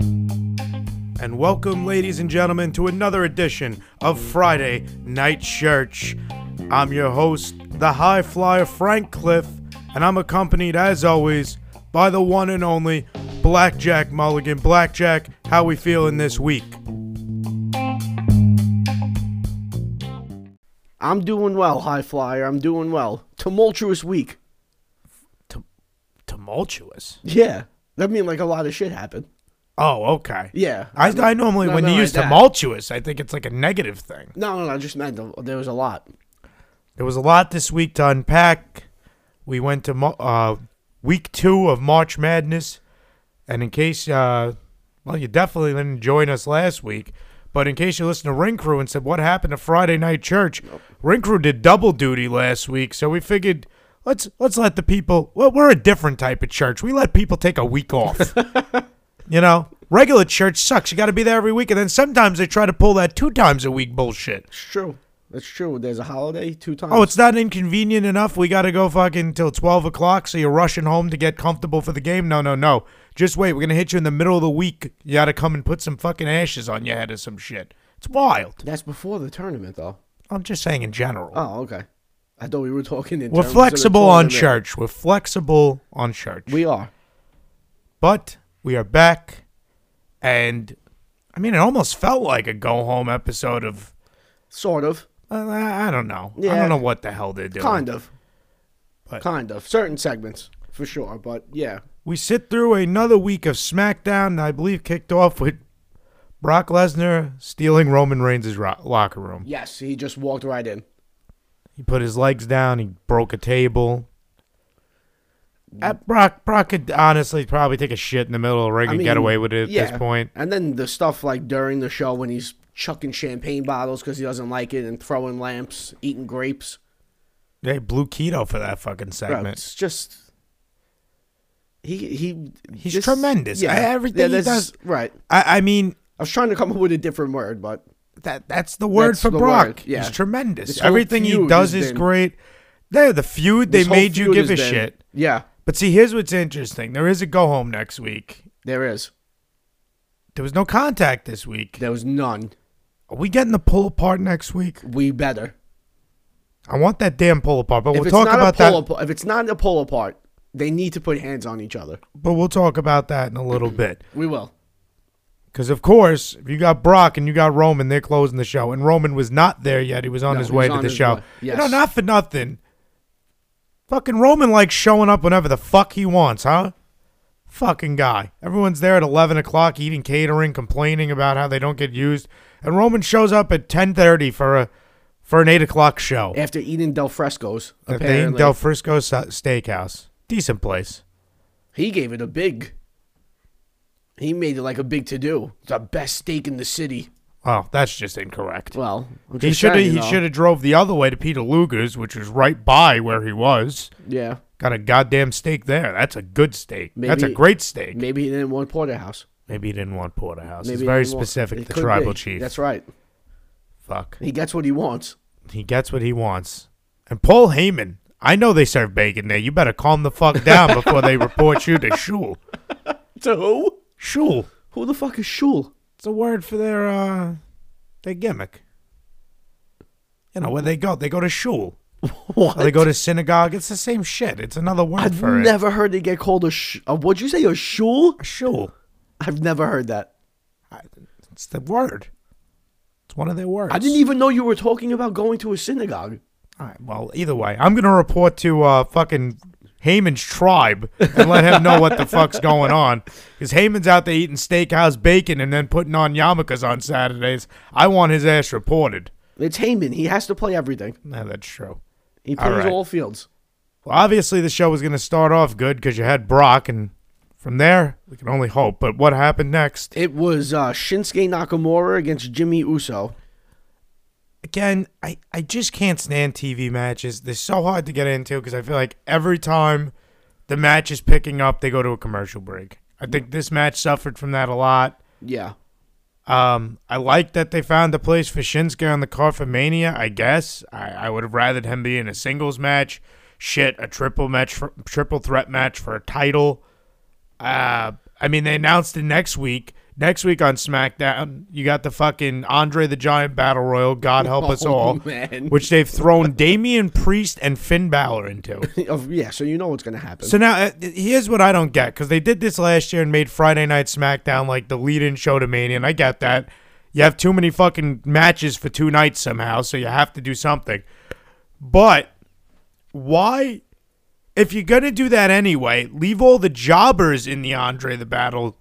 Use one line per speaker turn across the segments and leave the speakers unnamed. And welcome, ladies and gentlemen, to another edition of Friday Night Church. I'm your host, the High Flyer Frank Cliff, and I'm accompanied, as always, by the one and only Blackjack Mulligan. Blackjack, how we feeling this week?
I'm doing well, High Flyer. I'm doing well. Tumultuous week.
Tumultuous.
Yeah. I mean, like a lot of shit happened.
Oh, okay.
Yeah.
I, I normally,
No,
when
no,
you
like
use
that.
tumultuous, I think it's like a negative thing.
No, no, no. I just meant the, there was a lot.
There was a lot this week to unpack. We went to mo- uh, week two of March Madness, and in case, uh, well, you definitely didn't join us last week, but in case you listened to Ring Crew and said what happened to Friday Night Church, Ring Crew did double duty last week, so we figured let's let's let the people. Well, we're a different type of church. We let people take a week off. you know, regular church sucks. You got to be there every week, and then sometimes they try to pull that two times a week bullshit.
It's true. It's true. There's a holiday two times.
Oh, it's not inconvenient enough. We got to go fucking till 12 o'clock, so you're rushing home to get comfortable for the game. No, no, no. Just wait. We're going to hit you in the middle of the week. You got to come and put some fucking ashes on your head or some shit. It's wild.
That's before the tournament, though.
I'm just saying in general.
Oh, okay. I thought we were talking in
We're
terms of the
flexible on
tournament.
church. We're flexible on church.
We are.
but we are back. And I mean, it almost felt like a go home episode of.
Sort of.
Uh, I I don't know. I
Yeah.
don't know what the hell they're doing.
Kind of.
But-
Kind of. Certain segments, for sure. But yeah.
We sit through another week of SmackDown, I believe kicked off with Brock Lesnar stealing Roman Reigns' ro- locker room.
Yes, he just walked right in.
He put his legs down, he broke a table. Uh, Brock Brock could honestly probably take a shit in the middle of the ring
I
and
mean,
get away with it at
yeah.
this point.
And then the stuff like during the show when he's chucking champagne bottles because he doesn't like it and throwing lamps, eating grapes.
They blew keto for that fucking
Bro,
segment.
it's just he he
He's
just-
tremendous. I- everything he does-
that's- Right.
I, I mean,
I was trying to come up with a different word, but
that that's the word
That's
for
the
Brock.
word, yeah.
He's tremendous.
This whole
Everything he
feud
does
has
is
been-
great. They, the feud, they
this whole
made you
feud
give a
has been-
shit.
Yeah,
But see, here's what's interesting. There is a go home next week.
there is.
There was no contact this week.
There was none.
Are we getting the pull apart next week?
We better.
I want that damn pull apart, but
If
we'll
it's
talk
not
about
a pull
that.
apart, if it's not a pull apart, they need to put hands on each other.
But we'll talk about that in a
Mm-hmm.
little bit.
We will.
Because of course, if you got Brock and you got Roman, they're closing the show, and Roman was not there yet. He was on
No,
his
he
way
was
to
on
the
his
show.
way.
You
Yes.
know, not for nothing. Fucking Roman likes showing up whenever the fuck he wants, huh? Fucking guy. Everyone's there at eleven o'clock eating catering, complaining about how they don't get used, and Roman shows up at ten thirty for a for an eight o'clock show.
After eating Del Fresco's,
At the
apparently
Del Frisco Sa- Steakhouse. Decent place.
he gave it a big. He made it like a big to do. The best steak in the city.
Oh, that's just incorrect.
Well, I'm
he
just
should have
saying, you
he
know.
should have drove the other way to Peter Luger's, which was right by where he was.
Yeah,
Got a goddamn steak there. That's a good steak. That's a
Maybe-
great steak.
maybe he didn't want porterhouse.
Maybe he didn't want porterhouse.
Maybe
it's
he
very
didn't want-
specific.
it
The
could
tribal
be.
chief.
That's right.
Fuck.
He gets what he wants.
He gets what he wants. And Paul Heyman. I know they serve bacon there. You better calm the fuck down before they report you to Shul.
To who?
Shul.
Who the fuck is Shul?
It's a word for their uh their gimmick. You know where they go? They go to shul.
What?
Or they go to synagogue. It's the same shit. It's another word
I've
for
never heard it get called a, sh- a what'd you say, a shul?
it. Shul.
I've never heard that.
I- It's the word. It's one of their words.
I didn't e- even know you were talking about going to a synagogue.
All right, well, either way, I'm gonna report to uh fucking Heyman's tribe and let him know what the fuck's going on. Because Heyman's out there eating steakhouse bacon and then putting on yarmulkes on Saturdays. I want his ass reported.
It's Heyman. He has to play everything.
Nah, that's true.
He
All
plays all,
right.
fields.
Well, obviously, the show was going to start off good because you had Brock, and from there, we can only hope. But what happened next?
It was uh, Shinsuke Nakamura against Jimmy Uso.
Again, I, I just can't stand TV matches. They're so hard to get into because I feel like every time the match is picking up, they go to a commercial break. I think this match suffered from that a lot.
Yeah.
Um, I like that they found a place for Shinsuke on the card for Mania, I guess. I, I would have rathered him be in a singles match. Shit, a triple match, for, triple threat match for a title. Uh, I mean, they announced it next week. Next week on SmackDown, you got the fucking Andre the Giant Battle Royal, God help us
Oh,
all,
man.
which they've thrown Damian Priest and Finn Balor into.
Of- yeah, so you know what's gonna happen.
So now uh, here's what I don't get because they did this last year and made Friday Night SmackDown like the lead-in show to Mania, and I get that. You have too many fucking matches for two nights somehow, so you have to do something. But why, if you're gonna do that anyway, leave all the jobbers in the Andre the Battle,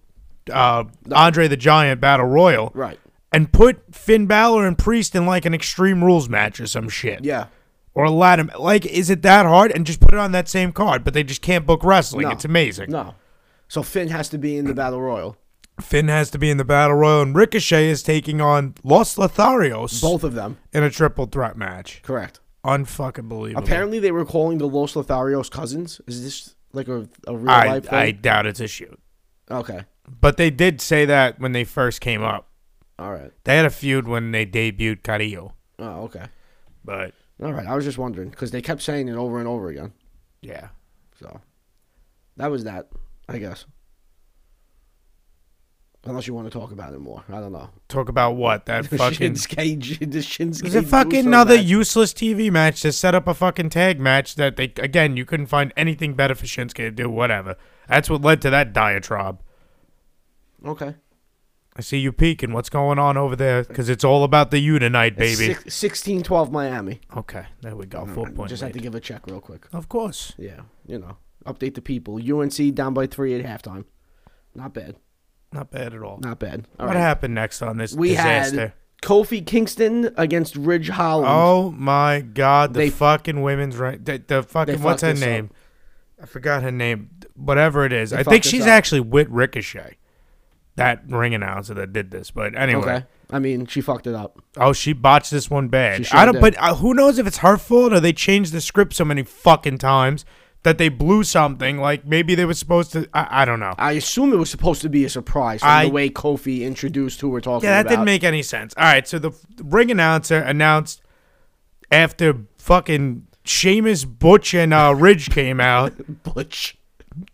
uh, Andre the Giant Battle Royal,
Right.
And put Finn Balor and Priest in like an Extreme Rules match or some shit
yeah.
or a lot of like is it that hard and just put it on that same card but they just can't book wrestling
No.
it's amazing
No. So Finn has to be in the battle royal.
finn has to be in the battle royal and ricochet is taking on los lotharios
Both of them.
in a triple threat match
Correct.
unfucking believable
Apparently, they were calling the Los Lotharios cousins. Is this like a, a real
I,
life
I
thing?
doubt it's a shoot
okay.
but they did say that when they first came up
All right.
they had a feud when they debuted carillo
Oh, okay.
but
All right. I was just wondering because they kept saying it over and over again.
yeah
So that was that, I guess. Unless you want to talk about it more, I don't know.
talk about what that fucking
Shinsuke, the Shinsuke.
There's a fucking
Russo
another
match.
useless TV match to set up a fucking tag match that they again you couldn't find anything better for Shinsuke to do. Whatever. That's what led to that diatribe.
Okay.
I see you peeking. What's going on over there? Because it's all about the you tonight,
It's
baby.
six- 16-12 Miami.
Okay, there we go. Four point.
Just have to
lead.
give a check real quick.
Of course.
Yeah, you know, update the people. UNC down by three at halftime. Not bad.
Not bad at all.
Not bad. All
what
right.
happened next on this
We
disaster?
had Kofi Kingston against Ridge Holland.
Oh my God! The
They-
fucking women's right. The, the fucking what's
fucked
her
this up.
name? I forgot her name. Whatever it is,
They
I think
fucked this
she's
up.
actually with Ricochet, that ring announcer that did this. But anyway,
okay. I mean, she fucked it up.
oh, she botched this one bad.
She sure
I don't.
did.
But uh, who knows if it's her fault or they changed the script so many fucking times that they blew something. Like maybe they were supposed to. I, I don't know.
I assume it was supposed to be a surprise from
I-
the way Kofi introduced who we're talking
Yeah, that
about.
didn't make any sense. All right, so the, the ring announcer announced after fucking Sheamus, Butch, and uh, Ridge came out.
Butch.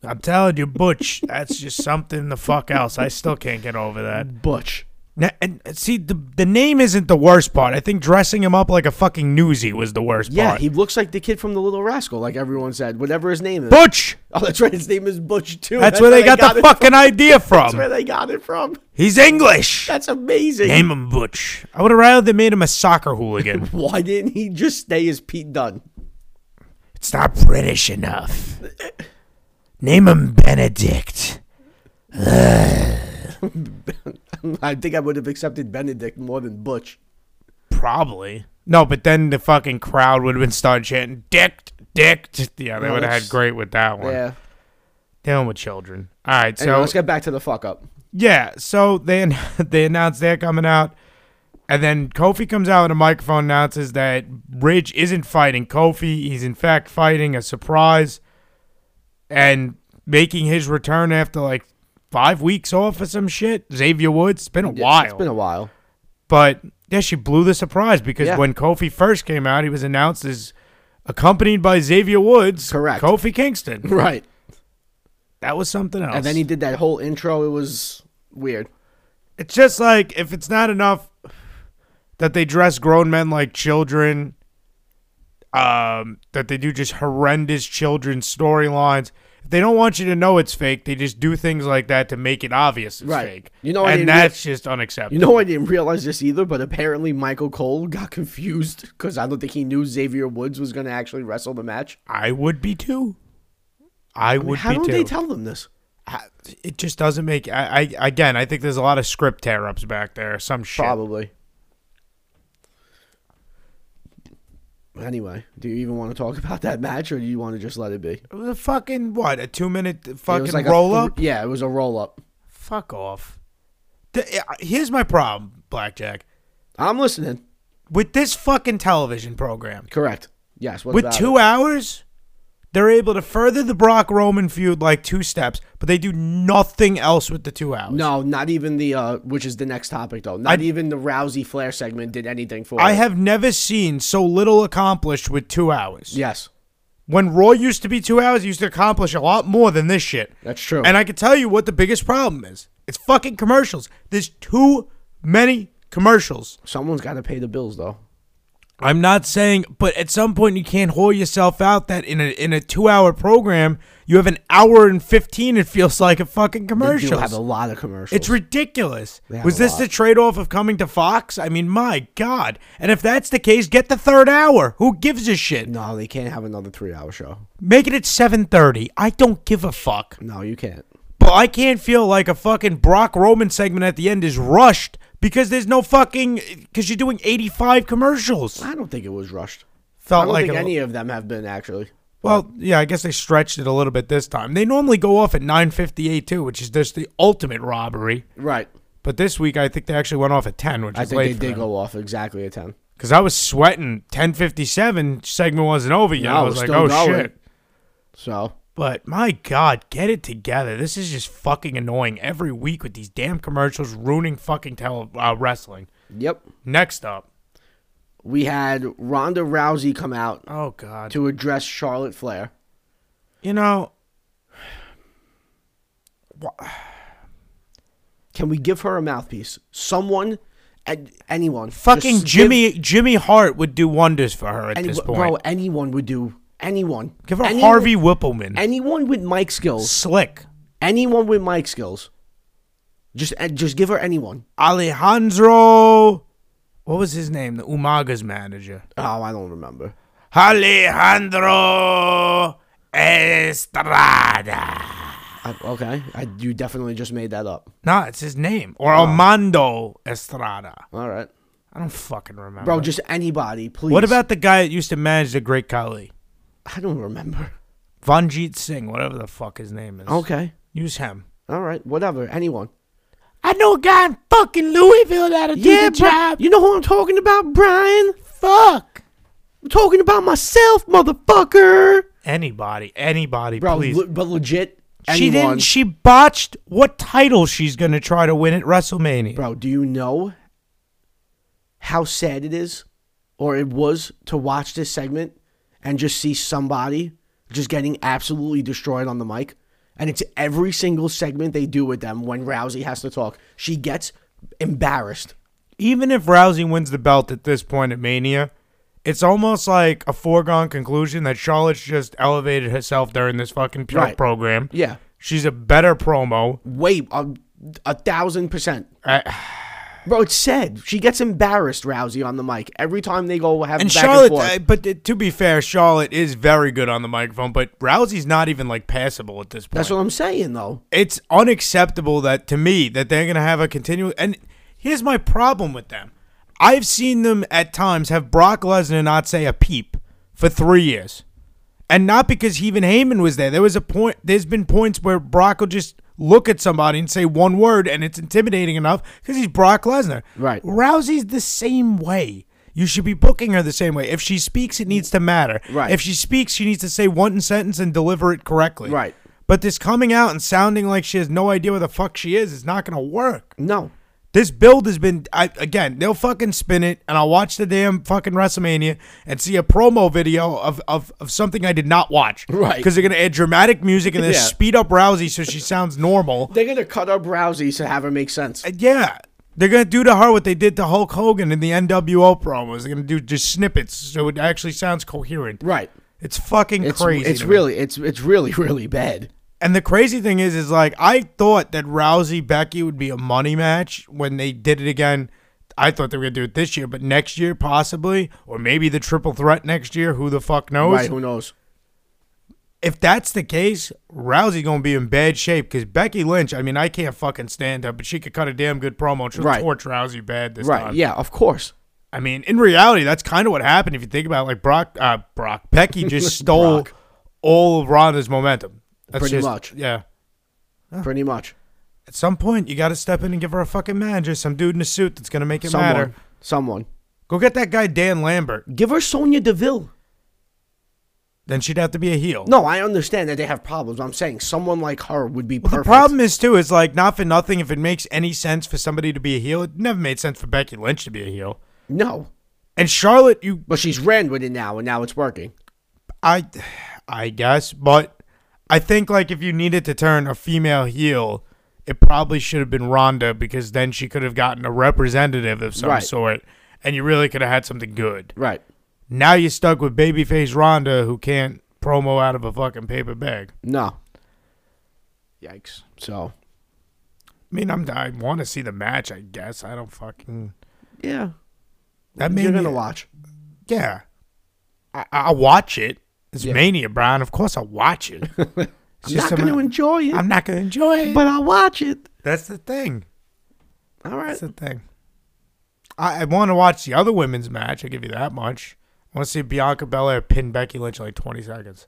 I'm telling you, Butch, that's just something the fuck else. I still can't get over that.
Butch.
Now, and and see, the the name isn't the worst part. I think dressing him up like a fucking newsie was the worst
Yeah,
part.
he looks like the kid from The Little Rascal, like everyone said, whatever his name is.
Butch.
oh, that's right. His name is Butch, too.
That's, where they got, the
it-
fucking idea
That's where
from.
they got it from.
He's English.
That's amazing.
Name him Butch. I would have rather they made him a soccer hooligan.
Why didn't he just stay as Pete Dunne?
it's not British enough. Name him Benedict.
I think I would have accepted Benedict more than Butch.
Probably. No, but then the fucking crowd would have been started chanting "Dicked, dicked." Yeah, they
No,
would have had
that's-
great with that one.
Yeah.
Dealing with children. All right,
Anyway,
so
let's get back to the fuck up.
yeah, so they an- they announced they're coming out, and then Kofi comes out with a microphone announces that Ridge isn't fighting Kofi. He's in fact fighting a surprise, and making his return after like five weeks off or some shit. Xavier Woods. It's been a while.
It's been a while.
But yeah, she blew the surprise because
Yeah.
when Kofi first came out, he was announced as accompanied by Xavier Woods,
Correct.
Kofi Kingston.
Right.
That was something else.
And then he did that whole intro. It was weird.
it's just like if it's not enough that they dress grown men like children, um, that they do just horrendous children's storylines. If they don't want you to know it's fake, they just do things like that to make it obvious it's
Right.
fake.
You know what I
and
mean?
that's just unacceptable.
You know, I didn't realize this either, but apparently Michael Cole got confused because I don't think he knew Xavier Woods was going to actually wrestle the match.
I would be too. I would
How
be
don't
too.
they tell them this?
I- it just doesn't make I, I again i think there's a lot of script tear ups back there some shit
Probably. Anyway, do you even want to talk about that match, or do you want to just let it be? It
it was a fucking what a two minute
was
fucking
like a
roll
thr-
up
yeah, it was a roll up.
fuck off The- uh, here's my problem blackjack
I'm listening.
with this fucking television program
Correct. Yes. What
with
about
two
it?
hours they're able to further the brock roman feud like two steps but they do nothing else with the two hours
No, not even the uh, which is the next topic though. Not
I-
even the Rousey Flair segment did anything for.
i
it.
have never seen so little accomplished with two hours
yes.
when Raw used to be two hours, it used to accomplish a lot more than this shit.
That's true.
And I can tell you what the biggest problem is. It's fucking commercials. There's too many commercials.
Someone's got to pay the bills, though.
I'm not saying, but at some point you can't hold yourself out that in a in a two hour program you have an hour and fifteen. It feels like a fucking
They do
commercial.
have a lot of commercials.
It's ridiculous.
They have
Was
a
this
lot.
the trade off of coming to Fox? I mean, my God. And if that's the case, get the third hour. Who gives a shit?
no, they can't have another three-hour show.
Make it at seven thirty. I don't give a fuck.
No, you can't.
But I can't feel like a fucking Brock Roman segment at the end is rushed because there's no fucking because you're doing eighty five commercials.
I don't think it was rushed. I
Felt
don't
like
think
a-
any of them have been actually.
Well, yeah, I guess they stretched it a little bit this time. They normally go off at 9:58 too, which is just the ultimate robbery.
Right.
But this week, I think they actually went off at 10, which
I
is
think they
late.
did go off exactly at ten.
Because I was sweating. 10:57 segment wasn't over yet.
No,
I
it
was
was
like,
still
oh
going.
shit.
So
But my God, get it together. This is just fucking annoying every week with these damn commercials ruining fucking tele- uh, wrestling.
yep,
Next up.
we had Ronda Rousey come out
Oh God.
to address Charlotte Flair.
You know,
Can we give her a mouthpiece? Someone, and anyone,
fucking
Just
Jimmy Jimmy Hart would do wonders for her at
Give, any,
this point.
bro, anyone would do. Anyone.
Give her
anyone,
Harvey Whippleman.
Anyone with mic skills.
Slick.
Anyone with mic skills. Just, and just give her anyone.
Alejandro. What was his name? The Umaga's manager.
Oh, I don't remember.
Alejandro Estrada.
I, okay, I, you definitely just made that up.
Nah, it's his name. Or Armando Estrada.
All right,
I don't fucking remember.
bro. Just anybody, please.
what about the guy that used to manage the Great Khali?
I don't remember.
Vanjit Singh, whatever the fuck his name is.
Okay.
Use him.
All right. Whatever. Anyone.
I know a guy in fucking Louisville that'll
Yeah, Bri- You know who I'm talking about, Brian?
Fuck.
I'm talking about myself, motherfucker.
Anybody, anybody,
Bro,
please.
le- but legit, anyone.
She didn't. She botched what title she's gonna try to win at WrestleMania.
Bro, do you know how sad it is, or it was, to watch this segment and just see somebody just getting absolutely destroyed on the mic? And it's every single segment they do with them when Rousey has to talk. She gets embarrassed.
Even if Rousey wins the belt at this point at Mania, it's almost like a foregone conclusion that Charlotte's just elevated herself during this fucking pro-
Right.
program.
Yeah.
She's a better promo.
Wait, a, a thousand percent.
I-
Bro, it's sad. She gets embarrassed, Rousey, on the mic every time they go have
And
back
Charlotte,
and forth.
uh, but th- to be fair, Charlotte is very good on the microphone, but Rousey's not even like passable at this point.
That's what I'm saying, though.
it's unacceptable that to me that they're going to have a continual and here's my problem with them i've seen them at times have brock lesnar not say a peep for three years and not because even Heyman was there there was a point there's been points where brock will just look at somebody and say one word and it's intimidating enough because he's brock lesnar
Right.
rousey's the same way you should be booking her the same way. If she speaks, it needs to matter.
Right.
If she speaks, she needs to say one sentence and deliver it correctly.
Right.
But this coming out and sounding like she has no idea where the fuck she is is not going to work.
No.
This build has been, I, again, they'll fucking spin it, and I'll watch the damn fucking WrestleMania and see a promo video of, of, of something I did not watch.
Right.
Because they're going to add dramatic music and then
Yeah.
speed up Rousey so she sounds normal.
They're going to cut up Rousey to have her make sense.
Uh, Yeah. They're going to do to her what they did to Hulk Hogan in the NWO promos. They're going to do just snippets so it actually sounds coherent.
right.
It's fucking
It's,
crazy.
it's
to me.
really, it's, it's really, really bad.
And the crazy thing is, is like I thought that Rousey Becky would be a money match when they did it again. I thought they were gonna do it this year, but next year possibly, or maybe the triple threat next year. Who the fuck knows?
Right, who knows?
If that's the case, Rousey gonna be in bad shape because Becky Lynch. I mean, I can't fucking stand her, but she could cut a damn good promo. She'll
Right.
torch Rousey bad this
Right,
time.
yeah, of course.
I mean, in reality, that's kind of what happened. If you think about it, like Brock, uh, Brock, Becky just stole
Brock.
all of Ronda's momentum. That's
Pretty
just-
much.
yeah.
Pretty much.
At some point, you got to step in and give her a fucking manager, some dude in a suit that's going to make it
Someone.
matter.
Someone.
Go get that guy, Dan Lambert.
Give her Sonya Deville.
Then she'd have to be a heel.
No, I understand that they have problems. I'm saying someone like her would be
The
perfect.
problem is, too, is like, not for nothing, if it makes any sense for somebody to be a heel, it never made sense for Becky Lynch to be a heel.
No.
And Charlotte, you,
But she's ran with it now, and now it's working.
I, I guess. But I think like if you needed to turn a female heel, it probably should have been Ronda because then she could have gotten a representative of some
Right.
sort, and you really could have had something good.
Right.
Now you're stuck with babyface Ronda who can't promo out of a fucking paper bag.
No. Yikes. So
I mean, I'm I want to see the match. I guess I don't fucking.
yeah,
That
Mm. you're
made me
gonna watch.
Yeah. I, I'll watch it. It's
Yeah.
Mania, Brian. Of course I'll watch it. It's
I'm
just
not gonna
I'm-
enjoy it,
I'm not going to enjoy it.
but I'll watch it.
That's the thing.
All right.
That's the thing. I, I want to watch the other women's match. I'll give you that much. I want to see Bianca Belair pin Becky Lynch in like 20 seconds.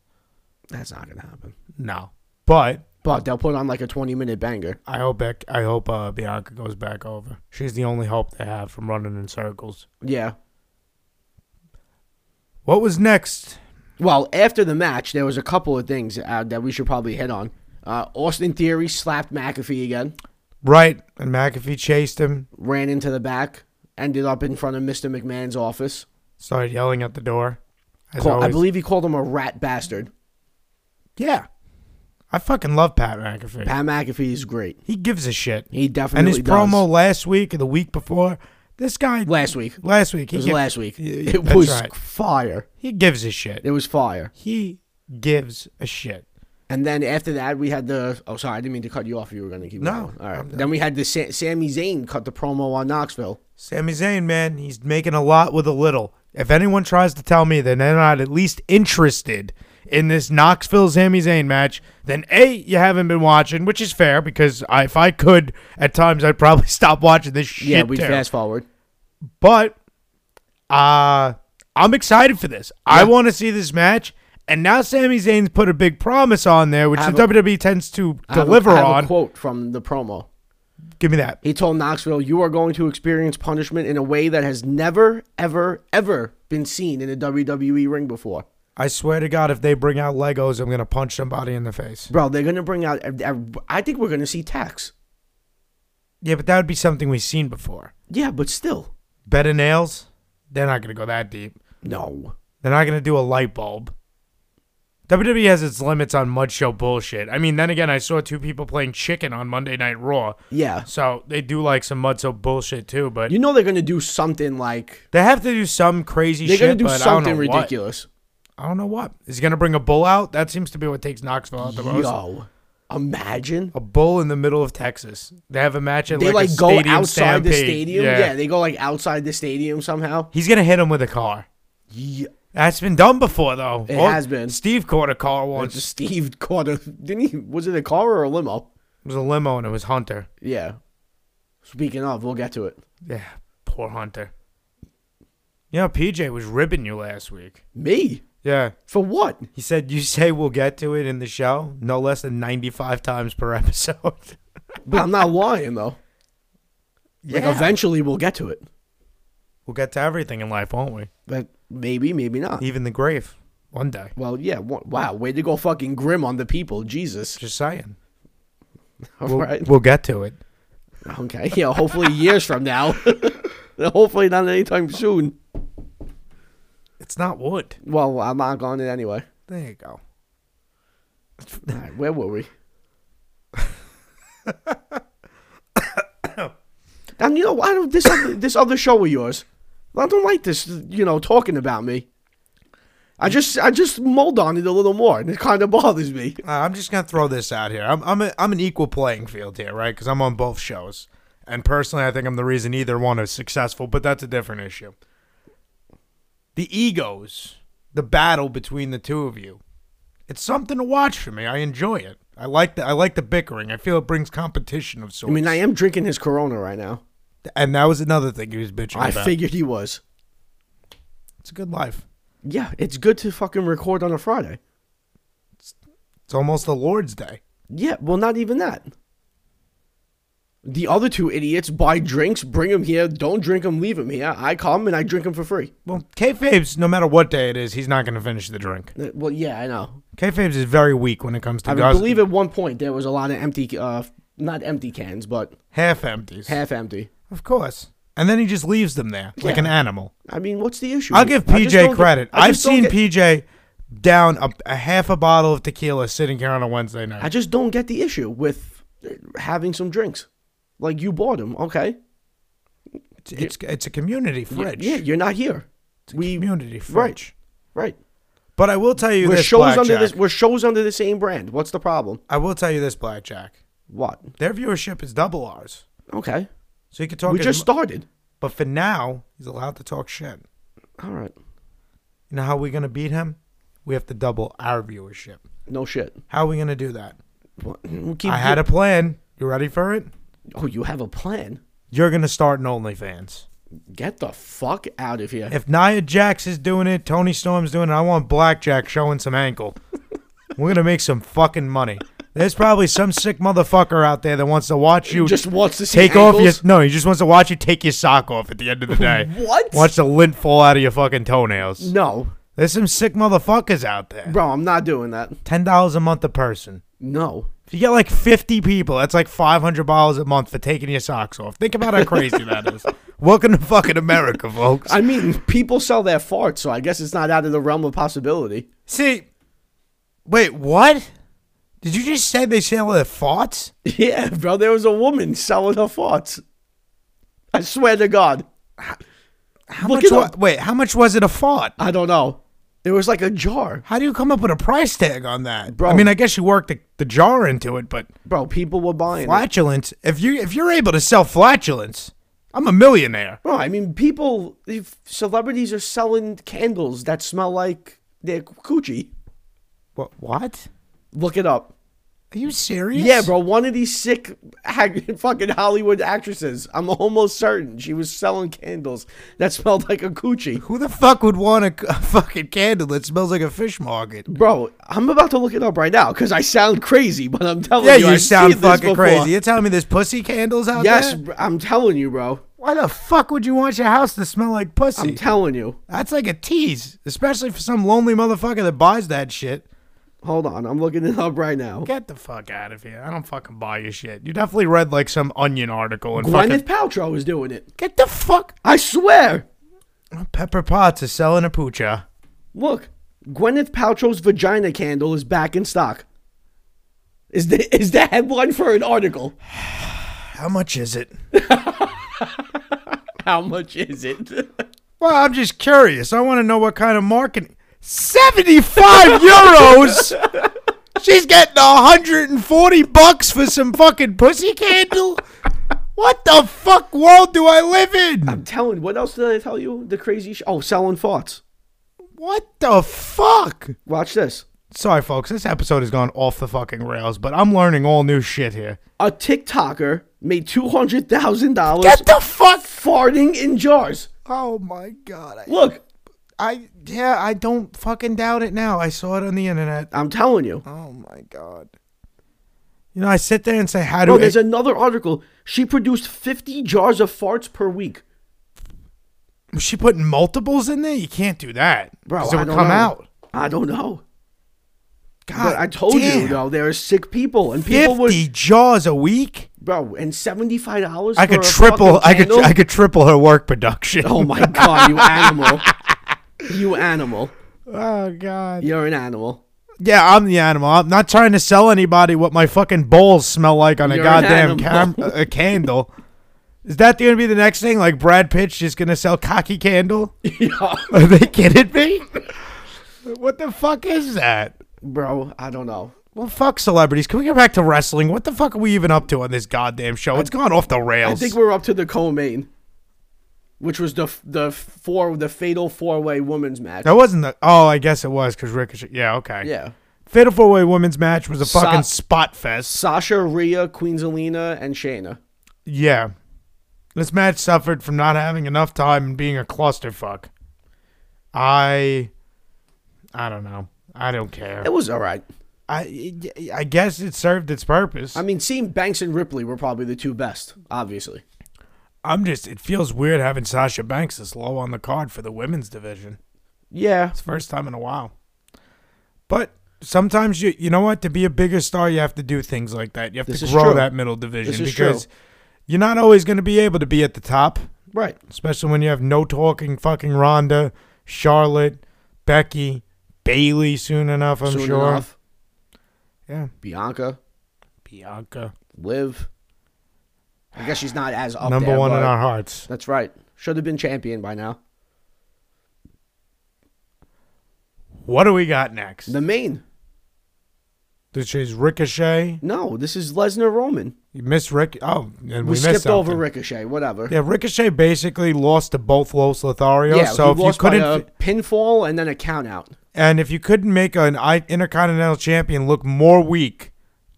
That's not gonna happen.
No. But
But they'll put on like a 20 minute banger.
I hope Beck, I hope uh, Bianca goes back over. She's the only hope they have from running in circles.
Yeah.
What was next?
Well, after the match, there was a couple of things uh, that we should probably hit on. Uh, Austin Theory slapped McAfee again,
Right, and McAfee chased him,
ran into the back, ended up in front of Mr. McMahon's office.
started yelling at the door. As
Call, I
always.
believe he called him a rat bastard.
Yeah. I fucking love Pat McAfee.
Pat McAfee is great.
he gives a shit.
He definitely
And his
does.
promo last week or the week before, this guy
last week. It
last week he,
was
gi-
last week.
Yeah,
It
that's
was
right.
fire.
he gives a shit.
It was fire.
He gives a shit.
And then after that, we had the. Oh, sorry, I didn't mean to cut you off. You were going to keep
No,
going. All
I'm
right. Then we had the Sa- Sami Zayn cut the promo on Knoxville.
Sami Zayn, man, he's making a lot with a little. If anyone tries to tell me that they're not at least interested in this Knoxville Sami Zayn match, then A, you haven't been watching, which is fair because I, if I could, at times I'd probably stop watching this shit.
Yeah, we
too.
fast forward.
But uh I'm excited for this. I want to see this match. And now Sami Zayn's put a big promise on there, which
I
the
have a-
WWE tends to
I have a-
deliver
I have a
on.
quote from the promo.
Give me that.
He told Knoxville, "You are going to experience punishment in a way that has never, ever, ever been seen in a WWE ring before."
I swear to God, if they bring out Legos, I'm gonna punch somebody in the face.
Bro, they're gonna bring out. I think we're gonna see tax.
Yeah, but that would be something we've seen before.
Yeah, but still,
Bed of nails. They're not gonna go that deep.
no.
They're not gonna do a light bulb. WWE has its limits on mud show bullshit. I mean, then again, I saw two people playing chicken on Monday Night Raw,
Yeah,
so they do like some mud show bullshit too. But
you know they're gonna do something like
They have to do some crazy
they're
shit.
gonna do
but I
something
don't know what.
ridiculous.
I don't know what. Is he going to bring a bull out? That seems to be what takes Knoxville out the most.
Yo, imagine
A bull in the middle of Texas. They have a match at
they
like,
like,
a
go
stadium
outside the
stampede.
stadium.
Yeah.
Yeah. they go like outside the stadium somehow.
He's going to hit him with a car.
Yeah.
That's been done before, though.
It has been.
Steve caught a car once.
Just Steve caught a didn't he? Was it a car or a limo?
It was a limo and it was Hunter.
Yeah. Speaking of, we'll get to it.
Yeah, poor Hunter. You know, PJ was ribbing you last week.
Me
Yeah.
for what?
He said, You say we'll get to it in the show no less than 95 times per episode.
But I'm not lying though.
yeah.
Like eventually we'll get to it.
we'll get to everything in life, won't we?
But maybe, maybe not.
even the grave one day.
Well, yeah. wha- Wow, way to go, fucking grim on the people, Jesus.
Just saying.
All
We'll,
right.
we'll get to it.
Okay. Yeah. Hopefully, years from now. hopefully, not anytime soon.
It's not wood.
Well, I'm not on it anyway.
There you go.
All right, where were we? and you know, I don't this other, this other show of yours. I don't like this. You know, talking about me. I just I just mulled on it a little more, and it kind of bothers me.
Uh, I'm just gonna throw this out here. I'm I'm, a, I'm an equal playing field here, right? Because I'm on both shows, and personally, I think I'm the reason either one is successful. But that's a different issue. The egos, the battle between the two of you, it's something to watch for me. I enjoy it. I like the I like the bickering. I feel it brings competition of
I
sorts.
mean, I am drinking his Corona right now.
and that was another thing he was bitching
I
about.
figured he was.
it's a good life.
Yeah, it's good to fucking record on a Friday.
It's almost the Lord's Day.
Yeah, well, not even that. The other two idiots buy drinks, bring them here, don't drink them, leave them here. I come and I drink them for free.
Well, kayfabe's, no matter what day it is, he's not going to finish the drink.
Uh, Well, yeah, I know.
Kayfabe's is very weak when it comes to
I
guys-
believe at one point there was a lot of empty, uh, not empty cans, but
half empties.
half empty.
Of course. And then he just leaves them there like
Yeah.
an animal.
I mean, what's the issue?
I'll give
I just don't
PJ
get-
credit.
I
I've
just don't
seen
get-
PJ down a, a half a bottle of tequila sitting here on a Wednesday night.
I just don't get the issue with having some drinks. Like you bought them, okay?
it's, it's it's a community fridge.
Yeah, you're not here.
it's a community fridge.
Right, right.
But I will tell you
We're
this,
shows under this.
Blackjack.
We're shows under the same brand. What's the problem?
I will tell you this, Blackjack.
What?
Their viewership is double ours,
Okay,
so you can talk.
we
as
just
mu-
started.
but for now, he's allowed to talk shit.
All right,
You know how we're gonna beat him? We have to double our viewership.
no shit.
How are we gonna do that?
What- we keep-
I had a plan. You ready for it?
Oh, you have a plan?
You're gonna start an OnlyFans.
Get the fuck out of here.
If Nia Jax is doing it, Tony Storm's doing it. I want Blackjack showing some ankle. We're gonna make some fucking money. There's probably some sick motherfucker out there that wants to watch you
just wants to see
take off your
ankles?
no. He just wants to watch you take your sock off at the end of the day.
What?
Watch the lint fall out of your fucking toenails.
No,
There's some sick motherfuckers out there.
bro, I'm not doing that.
Ten dollars a month a person.
No.
If you get like 50 people, that's like 500 dollars a month for taking your socks off. Think about how crazy that is. Welcome to fucking America, folks.
I mean, people sell their farts, so I guess it's not out of the realm of possibility.
See, wait, what? Did you just say they sell their farts?
Yeah, bro, there was a woman selling her farts. I swear to God.
How
Look
much?
it
wa-
up.
wait, how much was it a fart?
I don't know. It was like a jar.
How do you come up with a price tag on that,
Bro.
I mean, I guess you worked the, the jar into it, but
Bro, people were buying it.
flatulence. If you if you're able to sell flatulence, I'm a millionaire.
Bro, I mean, people, if celebrities are selling candles that smell like their coochie.
What? What?
Look it up.
Are you serious?
Yeah, bro, one of these sick hag- fucking Hollywood actresses. I'm almost certain she was selling candles that smelled like a coochie.
Who the fuck would want a, c- a fucking candle that smells like a fish market?
Bro, I'm about to look it up right now because I sound crazy, but I'm telling
Yeah,
you,
you
Oh, I've
sound
seen this
fucking
before.
crazy. You're telling me there's pussy candles out
Yes,
there?
br- I'm telling you, bro.
Why the fuck would you want your house to smell like pussy?
I'm telling you.
That's like a tease, especially for some lonely motherfucker that buys that shit.
Hold on, I'm looking it up right now.
Get the fuck out of here. I don't fucking buy your shit. You definitely read like some onion article and fucking.
Gwyneth Paltrow is doing it.
Get the fuck.
I swear.
Pepper Potts is selling a poocha.
Look, Gwyneth Paltrow's vagina candle is back in stock. Is the is the headline for an article?
How much is it?
How much is it?
Well, I'm just curious. I want to know what kind of marketing. 75 euros? She's getting 140 bucks for some fucking pussy candle? What the fuck world do I live in?
I'm telling. What else did I tell you? The crazy. Sh- oh, selling farts.
What the fuck?
Watch this.
Sorry, folks. This episode has gone off the fucking rails, but I'm learning all new shit here.
A TikToker made two hundred thousand dollars
Get the fuck.
farting in jars.
Oh my god. I,
Look,
I yeah, I don't fucking doubt it now. I saw it on the internet.
I'm telling you.
Oh my god. You know, I sit there and say, how do
Bro,
I-
there's another article. She produced 50 jars of farts per week.
Was she putting multiples in there? You can't do that.
Bro,
'Cause
I
it would
don't
come
know.
out.
I don't know.
God,
But I told you
damn.
though, there are sick people and people were
Fifty jaws a week.
bro, and seventy five dollars.
I could triple. I could. I could triple her work production.
Oh my god, you animal! you animal!
Oh god.
You're an animal.
Yeah, I'm the animal. I'm not trying to sell anybody what my fucking balls smell like on a
You're an
goddamn
animal.
cam- a candle. Is that gonna be the next thing? Like Brad Pitt's just gonna sell cocky candle?
yeah,
Are they kidding me? what the fuck is that?
bro. I don't know.
Well, fuck celebrities. Can we get back to wrestling? What the fuck are we even up to on this goddamn show? It's gone off the
I
rails.
think we're up to the co-main, which was the f- the four the fatal four way women's match.
That wasn't the. Oh, I guess it was because Ricochet. Yeah, okay.
Yeah,
Fatal Four Way Women's Match was a
Sa-
fucking spot fest.
Sasha, Rhea, Queenzelina, and Shayna.
Yeah. This match suffered from not having enough time and being a clusterfuck. I. I don't know. I don't care.
It was all right.
I I guess it served its purpose.
I mean, seeing Banks and Ripley were probably the two best, obviously.
I'm just. It feels weird having Sasha Banks this low on the card for the women's division.
Yeah.
It's the first time in a while. But sometimes you you know what? To be a bigger star, you have to do things like that. You have
This
to
is
grow
true.
that middle division
This is
because you're not always going to be able to be at the top,
Right.
especially when you have no talking fucking Ronda, Charlotte, Becky, Bailey soon enough, I'm
soon
sure.
enough.
Yeah.
Bianca,
Bianca.
Liv. I guess she's not as up
Number
there,
one in
but-
our hearts.
That's right. Should have been champion by now.
What do we got next?
The main.
This is Ricochet.
No, this is Lesnar Roman.
You missed Rick. Oh, and
We,
we,
skipped
missed
over
something.
Ricochet. Whatever.
Yeah, Ricochet basically lost to both Los Lotharios.
Yeah,
so
he
if you
lost by
couldn't,
a pinfall and then a count out.
and if you couldn't make an I- Intercontinental Champion look more weak,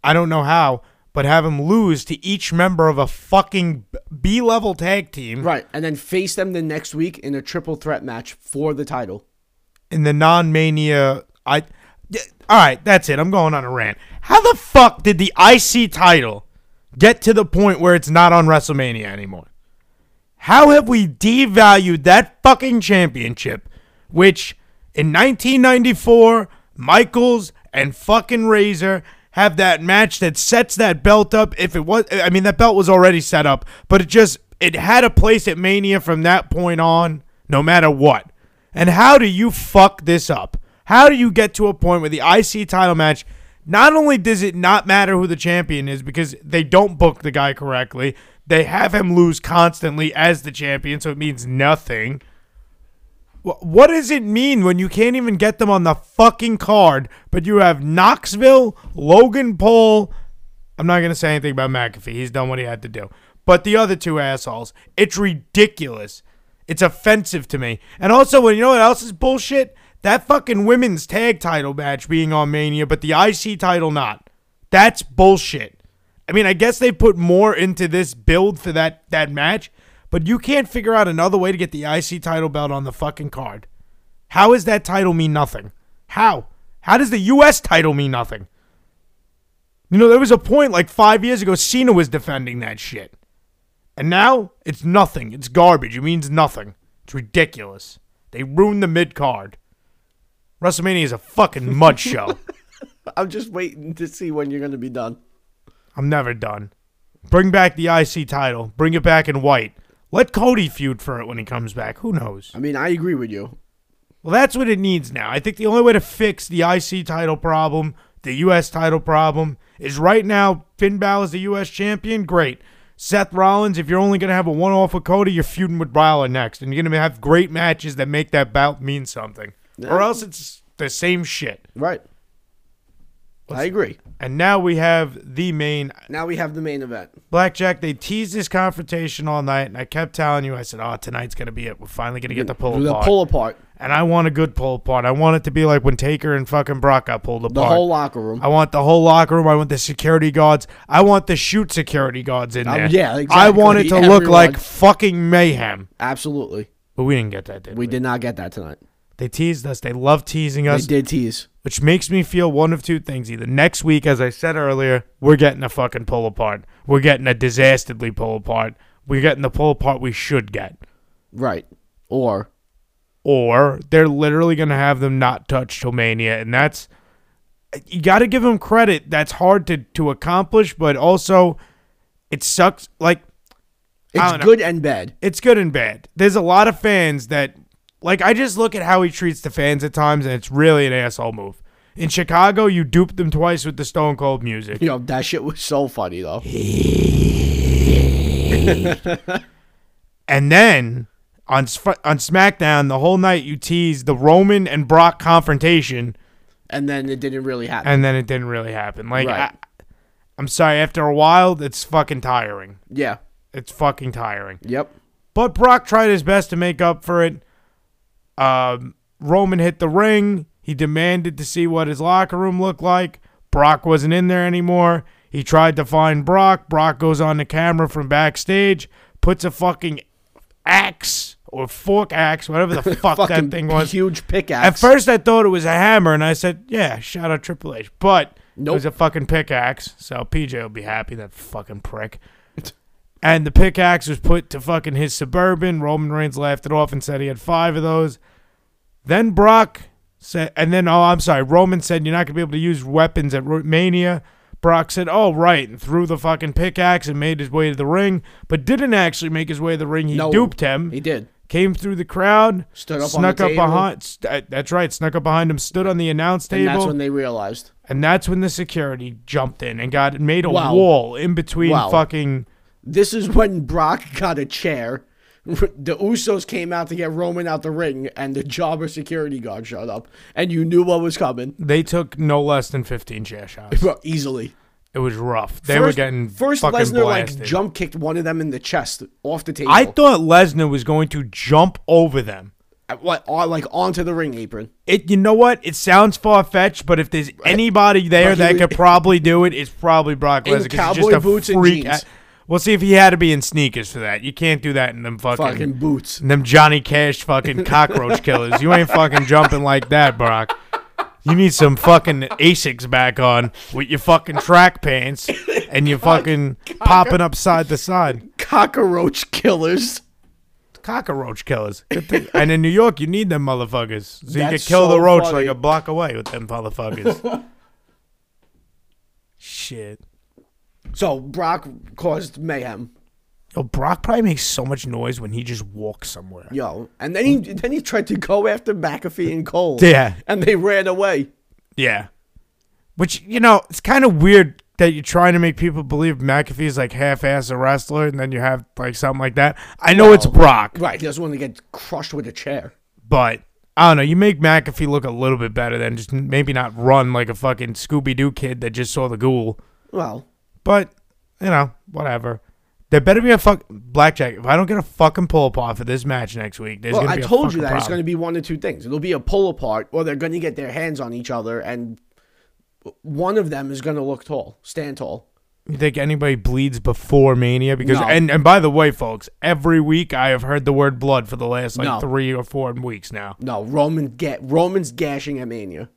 I don't know how, but have him lose to each member of a fucking B level tag team
Right, and then face them the next week in a triple threat match for the title.
in the non Mania. I. D- All right, that's it. I'm going on a rant. How the fuck did the IC title get to the point where it's not on WrestleMania anymore? How have we devalued that fucking championship, which in 1994, Michaels and fucking Razor have that match that sets that belt up? If it was, I mean, that belt was already set up, but it just, it had a place at Mania from that point on, no matter what. And how do you fuck this up? How do you get to a point where the IC title match not only does it not matter who the champion is because they don't book the guy correctly, they have him lose constantly as the champion, so it means nothing. Wh- What does it mean when you can't even get them on the fucking card, but you have Knoxville, Logan Paul? I'm not going to say anything about McAfee. He's done what he had to do. But the other two assholes, it's ridiculous. It's offensive to me. And also, when you know what else is bullshit? That fucking women's tag title match being on Mania, but the IC title not. That's bullshit. I mean, I guess they put more into this build for that that match, but you can't figure out another way to get the IC title belt on the fucking card. How is that title mean nothing? How? How does the US title mean nothing? You know, there was a point like five years ago, Cena was defending that shit. And now it's nothing. It's garbage. It means nothing. It's ridiculous. They ruined the mid card. WrestleMania is a fucking mud show.
I'm just waiting to see when you're going to be done.
I'm never done. Bring back the IC title. Bring it back in white. Let Cody feud for it when he comes back. Who knows?
I mean, I agree with you.
Well, that's what it needs now. I think the only way to fix the IC title problem, the U.S. title problem, is right now Finn Balor's the U.S. champion. Great. Seth Rollins, if you're only going to have a one off with Cody, you're feuding with Balor next. And you're going to have great matches that make that bout mean something. Or else it's the same shit.
Right. I agree.
And now we have the main
Now we have the main event.
Blackjack, they teased this confrontation all night, and I kept telling you, I said, oh, tonight's going to be it. We're finally going to get the pull
the
apart.
pull apart.
and I want a good pull apart. I want it to be like when Taker and fucking Brock got pulled apart.
The whole locker room.
I want the whole locker room. I want the security guards. I want the shoot security guards in
Um,
there.
yeah,
I want it to
exactly.
look like
Everyone.
fucking mayhem.
Absolutely.
But we didn't get that, did we?
We did not get that tonight.
They teased us. They love teasing
They
us,
did tease.
which makes me feel one of two things. Either next week, as I said earlier, we're getting a fucking pull apart. We're getting a disastrously pull apart. We're getting the pull apart we should get.
Right. Or
or they're literally going to have them not touch Mania, and that's you got to give them credit. That's hard to to accomplish, but also it sucks. Like I don't
it's
know.
good and bad.
it's good and bad. There's a lot of fans that like I just look at how he treats the fans at times, and it's really an asshole move. In Chicago, you duped them twice with the Stone Cold music.
You know, that shit was so funny though.
And then on S- on SmackDown, the whole night you teased the Roman and Brock confrontation,
And then it didn't really happen.
and then it didn't really happen. Like
Right.
I, I'm sorry, after a while, it's fucking tiring.
yeah.
It's fucking tiring.
Yep.
But Brock tried his best to make up for it. Um, Roman hit the ring. He demanded to see what his locker room looked like. Brock wasn't in there anymore. He tried to find Brock. Brock goes on the camera from backstage, puts a fucking axe or fork axe, whatever the fuck that
Fucking
thing was.
huge
At
pickaxe.
first, I thought it was a hammer, and I said, "Yeah, shout out Triple H." But it
Nope.
was a fucking pickaxe, so PJ will be happy. That fucking prick. and the pickaxe was put to fucking his suburban. Roman Reigns laughed it off and said he had five of those. Then Brock said, and then oh, I'm sorry, Roman said you're not gonna be able to use weapons at Ro- Mania. Brock said, "Oh right," and threw the fucking pickaxe and made his way to the ring, but didn't actually make his way to the ring. He
No.
duped him
he did.
came through the crowd,
Stood up on
snuck
the
up
table.
behind. st- uh, That's right, snuck up behind him, stood on the announce
and
table,
that's when they realized.
and that's when the security jumped in and got made a
Wow.
wall in between
Wow.
fucking.
This is when Brock got a chair. The Usos came out to get Roman out the ring, and the jobber security guard showed up, and you knew what was coming.
They took no less than fifteen chair shots.
Bro, easily.
It was rough. They were
first,
getting
first
fucking
Lesnar
blasted.
like jump kicked one of them in the chest off the table.
I thought Lesnar was going to jump over them.
what on, like onto the ring apron.
It, you know what? It sounds far fetched, but if there's anybody there
But he
that
was-
could probably do it, it's probably Brock
In
Lesnar. 'cause he's just
cowboy
a
boots and
freak.
jeans.
We'll see if he had to be in sneakers for that. You can't do that in them fucking,
Fucking boots.
them Johnny Cash fucking cockroach killers. You ain't fucking jumping like that, Brock. You need some fucking Asics back on with your fucking track pants and your fucking popping up side to side.
Cockroach killers.
cockroach killers. Good thing- and in New York, you need them motherfuckers. So you can
That's
kill the
so
roach like
funny.
a block away with them motherfuckers. Shit.
So Brock caused mayhem.
Yo, Brock probably makes so much noise when he just walks somewhere.
Yo, and then he then he tried to go after McAfee and Cole.
Yeah.
and they ran away.
Yeah. Which, you know, it's kind of weird that you're trying to make people believe McAfee's like half ass a wrestler and then you have like something like that. I know it's
Well-
Brock,
Right, he doesn't want to get crushed with a chair.
but. I don't know. You make McAfee look a little bit better than just maybe not run like a fucking Scooby Doo kid that just saw the ghoul.
Well,
But you know, whatever. There better be a fuck blackjack. If I don't get a fucking pull apart for this match next week, there's
well,
gonna
I
be a
told
fucking
you that it's going
problem.
to be one of two things. It'll be a pull apart, or they're going to get their hands on each other, and one of them is going to look tall, stand tall.
You think anybody bleeds before Mania? Because
No.
and and by the way, folks, every week I have heard the word blood for the last like
No.
three or four weeks now.
No, Roman get Roman's gashing at Mania.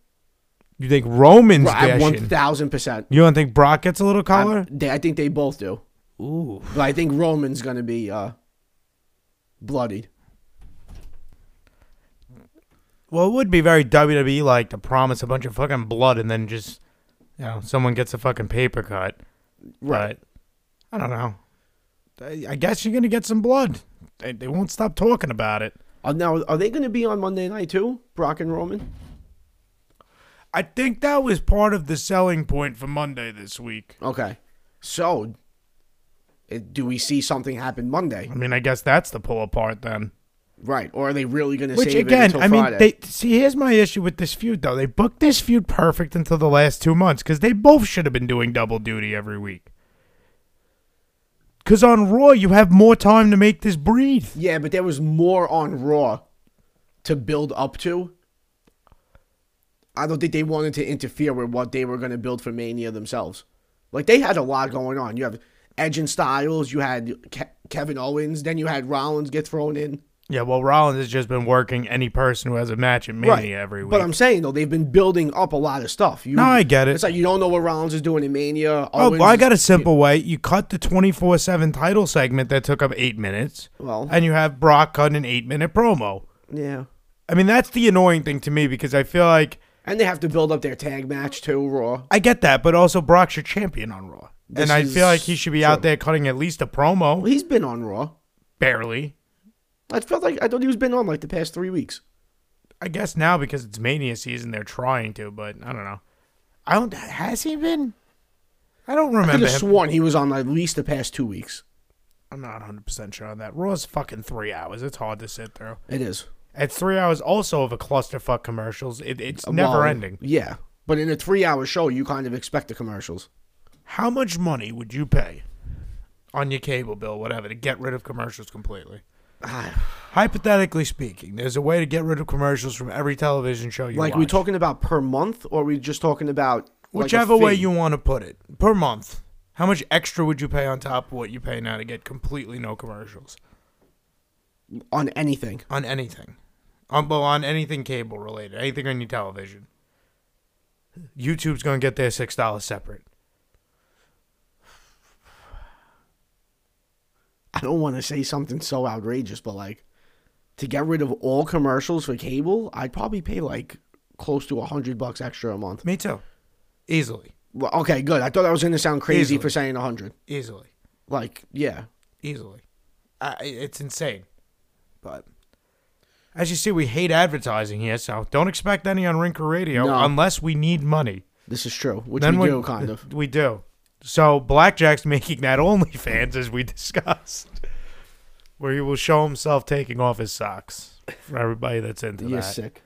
You think Roman's
At one
gashing?
thousand percent.
You don't think Brock gets a little collar?
They, I think they both do.
Ooh,
But I think Roman's gonna be uh, bloodied.
Well, it would be very WWE like to promise a bunch of fucking blood and then just, you know, someone gets a fucking paper cut. Right. I don't know. I I guess you're gonna get some blood. They, they won't stop talking about it.
Uh, now, are they gonna be on Monday night too, Brock and Roman?
I think that was part of the selling point for Monday this week.
Okay. So, it, do we see something happen Monday?
I mean, I guess that's the pull apart then.
Right. Or are they really gonna
Which
save it
again,
until
I mean,
Friday?
they see. Here's my issue with this feud though. They booked this feud perfect until the last two months because they both should have been doing double duty every week. Because on Raw, you have more time to make this breathe.
yeah, but there was more on Raw to build up to. I don't think they wanted to interfere with what they were going to build for Mania themselves. Like they had a lot going on. You have Edge and Styles, you had Ke- Kevin Owens, then you had Rollins get thrown in.
Yeah, well, Rollins has just been working any person who has a match at Mania every week.
But I'm saying though, they've been building up a lot of stuff. You,
No, I get it.
It's like you don't know what Rollins is doing in Mania.
Oh,
Owens
well, I
is-
got a simple way. You cut the 24 7 title segment that took up eight minutes,
Well-
and you have Brock cut an eight minute promo.
yeah.
I mean, that's the annoying thing to me because I feel like
And they have to build up their tag match too, Raw.
I get that, but also Brock's your champion on Raw.
This
and I
is
feel like he should be out there cutting at least a promo,
Well, he's been on Raw.
barely.
I felt like I thought he was been on like the past three weeks.
I guess now because it's Mania season, they're trying to, but I don't know. I don't. Has he been? I don't
I could
remember
have
him.
sworn he was on at least the past two weeks.
I'm not 100% sure on that. Raw's fucking three hours. It's hard to sit through.
It is
It's three hours also of a clusterfuck commercials. It, it's never
Well,
ending.
Yeah, but in a three-hour show, you kind of expect the commercials.
How much money would you pay on your cable bill, whatever, to get rid of commercials completely? Ah, Hypothetically speaking, there's a way to get rid of commercials from every television show you
like
watch.
we talking about per month, or are we just talking about like, a
Whichever way
fee?
you want to put it, per month, how much extra would you pay on top of what you pay now to get completely no commercials
on anything.
on anything? On, well, on anything cable related, anything on your television. YouTube's going to get their $6 separate.
I don't want to say something so outrageous, but like to get rid of all commercials for cable, I'd probably pay like close to a hundred bucks extra a month.
Me too. Easily.
Well, okay, good. I thought I was going to sound crazy
Easily.
for saying a hundred.
Easily.
Like, yeah,
Easily. I, it's insane. But As you see, we hate advertising here, so don't expect any on Rinker Radio
No.
unless we need money.
This is true, which
Then
we
we-
do kind of.
We do. So Blackjack's making that OnlyFans as we discussed, where he will show himself taking off his socks for everybody that's into
You're
that.
sick.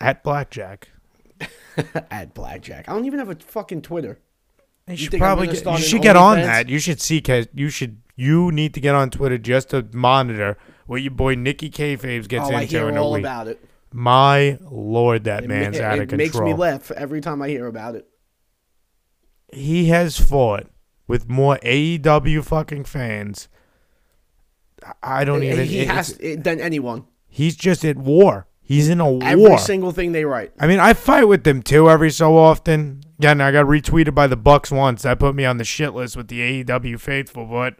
At Blackjack,
At blackjack, I don't even have a fucking Twitter.
you, should
think I'm
probably
gonna
get,
start
you
an
should get on
OnlyFans?
that. You should see. Kes- You should. You need to get on Twitter just to monitor what your boy Nikki Kayfabe gets
oh,
into
I hear
in a
all
week.
about it.
My lord, that man's
it,
out of
it makes
control.
me laugh every time I hear about it.
he has fought with more AEW fucking fans. I- I don't even.
he
it-
has
it's-
it, than anyone.
he's just at war. He's in a
Every
war.
single thing they write.
I mean, I fight with them too every so often. Again, I got retweeted by the Bucks once. That put me on the shit list with the AEW faithful. But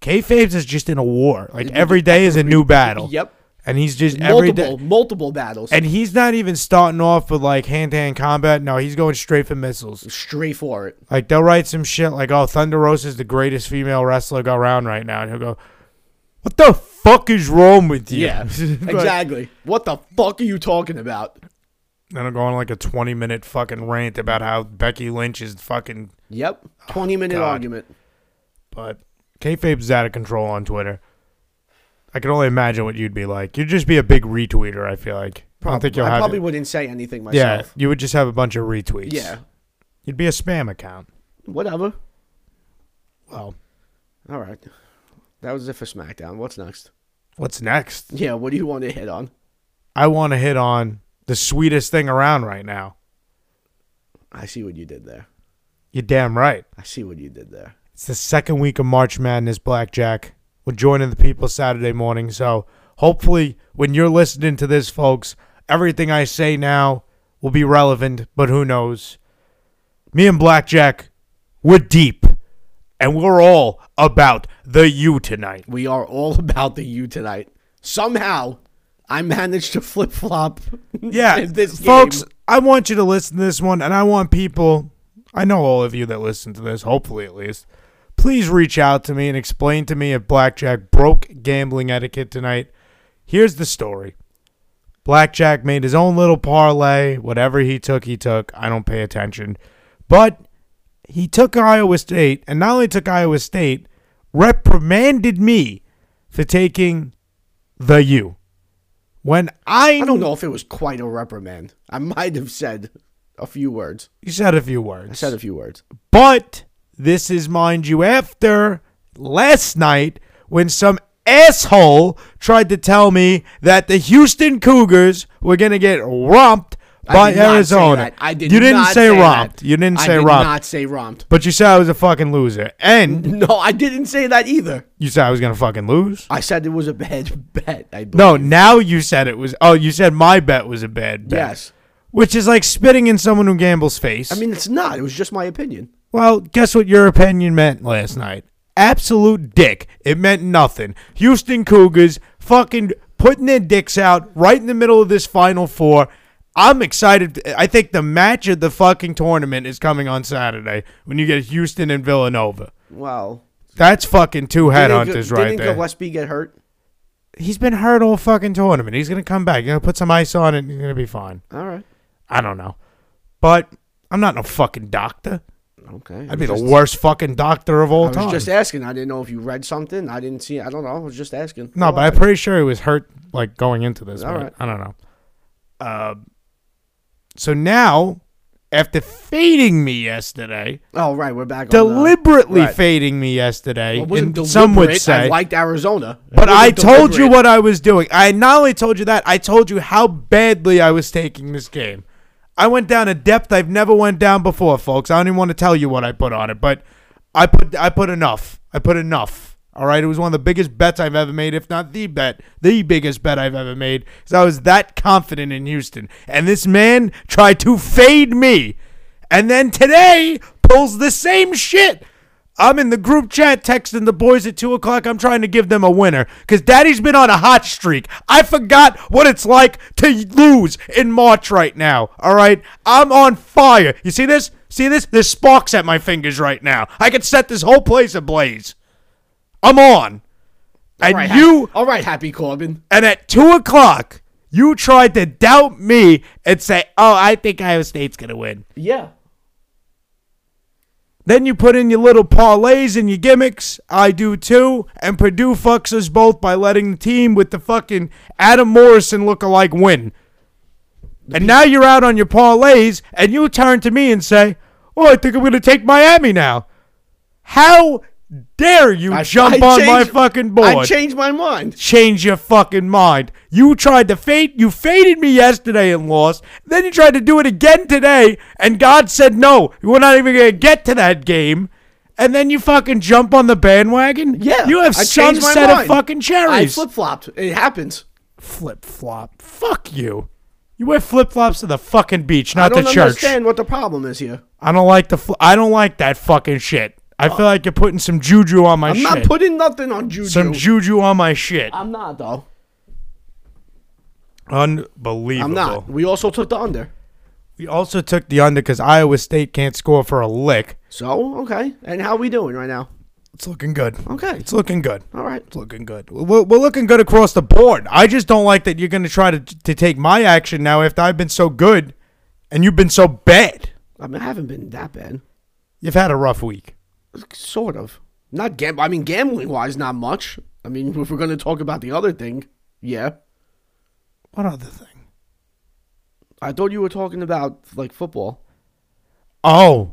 kayfabe's is just in a war. Like every day is a new battle.
Yep.
And he's just every day.
Multiple, multiple battles.
And he's not even starting off with like hand to hand combat. No, he's going straight for missiles.
straight for it.
Like they'll write some shit like, "Oh, Thunder Rosa's the greatest female wrestler go around right now," and he'll go, "What the fuck is wrong with you?"
Yeah,
Like,
exactly. What the fuck are you talking about?
Then I'll go on like a twenty-minute fucking rant about how Becky Lynch is fucking.
Yep. 20 minute
Oh, God.
argument.
But kayfabe's out of control on Twitter. I can only imagine what you'd be like. You'd just be a big retweeter. I feel like. I don't think you'll
I
have.
probably
it-
wouldn't say anything
yeah,
myself.
you would just have a bunch of retweets.
Yeah.
you'd be a spam account.
Whatever.
Well,
All right. That was it for SmackDown. What's next?
what's next?
Yeah, what do you want to hit on?
I want to hit on the sweetest thing around right now.
I see what you did there.
You're damn right.
I see what you did there.
It's the second week of March Madness Blackjack. We're joining the people Saturday morning. So hopefully, when you're listening to this, folks, everything I say now will be relevant, but who knows? Me and Blackjack, we're deep, and we're all about the U tonight.
We are all about the U tonight. Somehow, I managed to flip flop.
Yeah,
this
folks,
game.
I want you to listen to this one, and I want people. I know all of you that listen to this, hopefully at least. Please reach out to me and explain to me if blackjack broke gambling etiquette tonight. Here's the story. Blackjack made his own little parlay. Whatever he took, he took. I don't pay attention. But he took Iowa State, and not only took Iowa State, reprimanded me for taking the U. When I,
I don't know if it was quite a reprimand. I might have said a few words.
You said a few words.
I said a few words.
But this is, mind you, after last night when some asshole tried to tell me that the Houston Cougars were going to get romped by
did not say
Arizona.
that. I did
you didn't
not
say,
say
romped.
that.
You didn't
I
say
did
romped.
not say romped.
But you said I was a fucking loser. And
No, I didn't say that either.
you said I was going to fucking lose.
I said it was a bad bet. I believe.
No, now you said it was. Oh, you said my bet was a bad bet.
Yes.
Which is like spitting in someone who gambles face.
I mean, it's not. It was just my opinion.
Well, guess what your opinion meant last night? Absolute dick. It meant nothing. Houston Cougars fucking putting their dicks out right in the middle of this Final Four. I'm excited. I think the match of the fucking tournament is coming on Saturday when you get Houston and Villanova.
Wow.
That's fucking two headhunters
didn't,
right
didn't
there.
Gillespie get hurt?
He's been hurt all fucking tournament. He's gonna come back. You're gonna put some ice on it. And you're gonna be fine.
All right.
I don't know, but I'm not no fucking doctor.
Okay.
I'd be the worst fucking doctor of all
I was
time.
just asking. I didn't know if you read something. I didn't see. I don't know. I was just asking.
No, but I'm pretty sure he was hurt like going into this.
All
but
right.
I don't know. Uh, so now, after fading me yesterday,
Oh, right. We're back. on the,
deliberately
right.
fading me yesterday,
It wasn't
and some would
deliberate.
say,
I liked Arizona. It
but I
wasn't
told you
deliberate.
what I was doing. I not only told you that, I told you how badly I was taking this game. I went down a depth I've never went down before, folks. I don't even want to tell you what I put on it, but I put I put enough. I put enough. All right, it was one of the biggest bets I've ever made, if not the bet, the biggest bet I've ever made, because I was that confident in Houston. And this man tried to fade me, and then today pulls the same shit. I'm in the group chat texting the boys at 2 o'clock. I'm trying to give them a winner because daddy's been on a hot streak. I forgot what it's like to lose in March right now. All right? I'm on fire. You see this? See this? There's sparks at my fingers right now. I could set this whole place ablaze. I'm on. and
All right,
you
Happy, all right, Happy Corbin.
and at two o'clock you tried to doubt me and say, "Oh, I think Iowa State's gonna win."
Yeah.
Then you put in your little parlays and your gimmicks. I do too. And Purdue fucks us both by letting the team with the fucking Adam Morrison look-alike win. And now you're out on your parlays and you turn to me and say, Oh, I think I'm going to take Miami now. How dare you jump on my
changed-
fucking board?
I changed my mind.
change your fucking mind. You tried to fade. You faded me yesterday and lost. Then you tried to do it again today, and God said no. We're not even gonna get to that game. And then you fucking jump on the bandwagon.
Yeah.
you have
I
some
changed my
set of
mind.
fucking
I
cherries.
flip flopped. It happens.
flip flop. Fuck you. You wear flip flops to the fucking beach,
I
not the
don't
church. Oh,
understand what the problem is here.
I don't like the. Fl- I don't like that fucking shit. I feel like you're putting some juju on my
I'm
shit.
not putting nothing on Juju.
some juju on my shit.
I'm not though.
Unbelievable.
I'm not. We also took the under.
We also took the under because Iowa State can't score for a lick.
So okay. And how we doing right now?
It's looking good.
Okay.
It's looking good.
All right.
It's looking good. We're, we're looking good across the board. I just don't like that you're going to try to to take my action now after I've been so good and you've been so bad.
I mean, I haven't been that bad.
You've had a rough week.
Sort of. Not gam. I mean, gambling wise, not much. I mean, if we're gonna talk about the other thing, yeah.
What other thing?
I thought you were talking about like football.
Oh,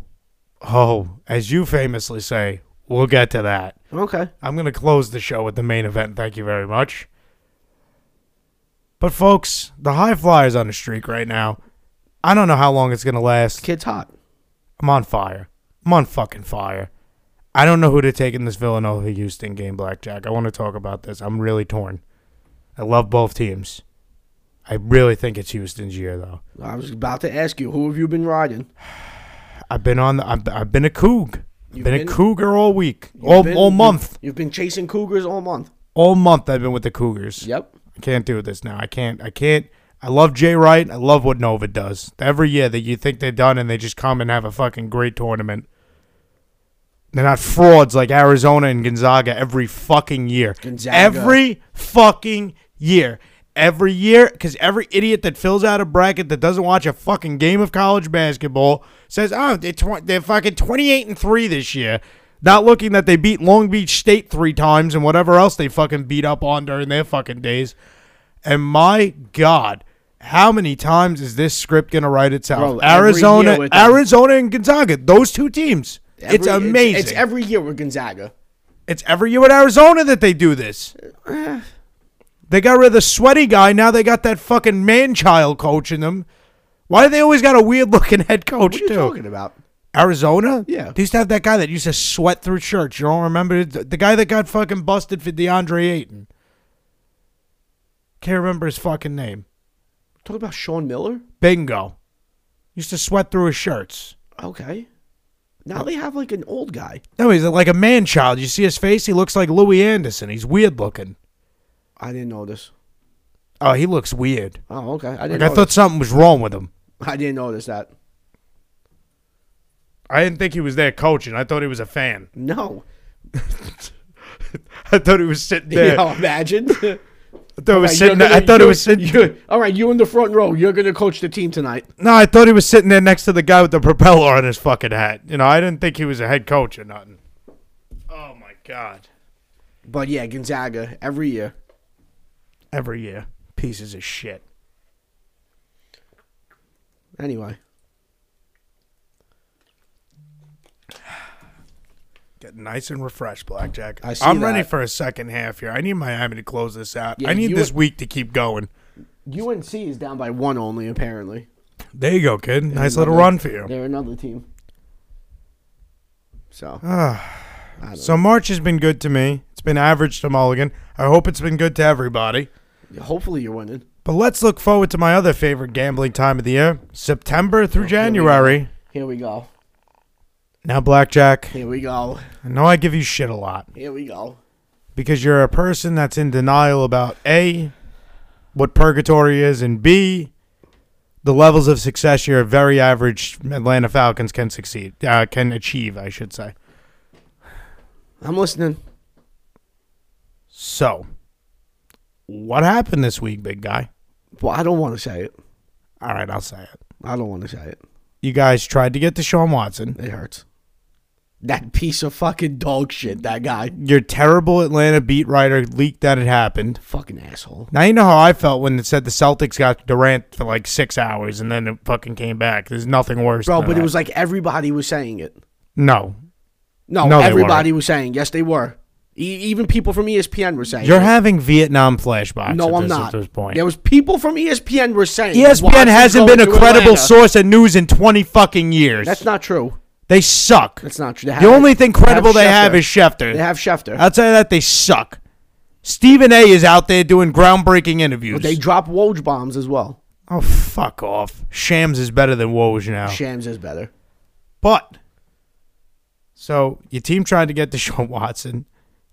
oh, as you famously say, we'll get to that.
Okay.
I'm going to close the show with the main event. Thank you very much. But, folks, the High Flyers on a streak right now. I don't know how long it's going to last.
Kid's hot.
I'm on fire. I'm on fucking fire. I don't know who to take in this Villanova Houston game, Blackjack. I want to talk about this. I'm really torn. I love both teams. I really think it's Houston's year, though.
I was about to ask you, who have you been riding?
I've been on. The, I've, I've been a Coug. Been,
You've
a
been-
Cougar all week, all,
Been-
all
you-
month,
You've been chasing cougars all month.
all month. I've been with the Cougars.
Yep.
I can't do this now. I can't. I can't. I love Jay Wright. I love what Nova does. Every year that you think they're done and they just come and have a fucking great tournament. They're not frauds like Arizona and Gonzaga every fucking year.
Gonzaga.
Every fucking year. Every year, because every idiot that fills out a bracket that doesn't watch a fucking game of college basketball says, "Oh, they're, tw- they're fucking twenty-eight and three this year," not looking that they beat Long Beach State three times and whatever else they fucking beat up on during their fucking days. And my God, how many times is this script gonna write itself?
Bro, every year
Arizona,
with them.
Arizona, and Gonzaga, those two teams. it's
Every-
amazing.
It's, every year with Gonzaga.
It's every year with Arizona that they do this. They got rid of the sweaty guy. Now they got that fucking man child coaching them. Why do they always got a weird looking head coach
What are you
too?
talking about?
Arizona?
Yeah.
They used to have that guy that used to sweat through shirts. You don't remember the the guy that got fucking busted for DeAndre Ayton. Can't remember his fucking name.
Talking about Sean Miller?
Bingo. Used to sweat through his shirts.
Okay. Now they have like an old guy.
No, he's like a man child. You see his face? He looks like Louis Anderson. He's weird looking.
I didn't know this.
Oh, he looks weird.
Oh, okay. I
Like
didn't.
I thought something was wrong with him.
I didn't notice that.
I didn't think he was there coaching. I thought he was a fan.
No.
I thought he was sitting
Yeah.
there.
imagine.
I thought he was
Like,
sitting.
you're
there. I
gonna-
thought he
you're-
was sitting.
you're- all right, you in the front row. You're going to coach the team tonight.
No, I thought he was sitting there next to the guy with the propeller on his fucking hat. You know, I didn't think he was a head coach or nothing. Oh my god!
But yeah, Gonzaga every year.
Every year, pieces of shit.
Anyway,
Getting nice and refreshed, Blackjack.
I see
I'm ready
that.
for a second half here. I need Miami to close this out.
Yeah,
I need
you-
this week to keep going.
UNC is down by one only apparently.
There you go, kid. Nice little
another-
run for you.
They're another team. So
Uh. So March has been good to me. It's been average to Mulligan. I hope it's been good to everybody.
hopefully you're winning.
But let's look forward to my other favorite gambling time of the year, September through January.
Here we go.
Now, Blackjack,
Here we go.
I know I give you shit a lot
Here we go.
because you're a person that's in denial about A, what purgatory is, and B, the levels of success your very average Atlanta Falcons can succeed, uh, can achieve, I should say.
I'm listening.
So, what happened this week, big guy?
Well, I don't want to say it.
All right, I'll say it.
I don't want to say it.
You guys tried to get Deshaun Watson.
It hurts. That piece of fucking dog shit, that guy.
Your terrible Atlanta beat writer leaked that it happened.
Fucking asshole.
Now you know how I felt when it said the Celtics got Durant for like six hours and then it fucking came back. There's nothing worse.
Bro,
than
but
that.
it was like everybody was saying it.
no.
No,
No, they
everybody was saying. Yes, they were. E- even people from ESPN were saying.
You're
it.
having Vietnam flashbacks.
no,
at
I'm
this,
not.
At this point, E
There was people from E ESPN were saying.
ESPN
Watson's
hasn't
going
been a
to
credible
Atlanta.
source of news in 20 fucking years.
That's not true.
they suck.
That's not true. They
the
have-
only thing
they have
credible they have
Schefter.
is Schefter.
They have Schefter.
Outside of that, they suck. Stephen A is out there doing groundbreaking interviews.
They drop Woj bombs as well.
oh, fuck off. Shams is better than Woj now.
Shams is better.
But, so your team tried to get Deshaun Watson.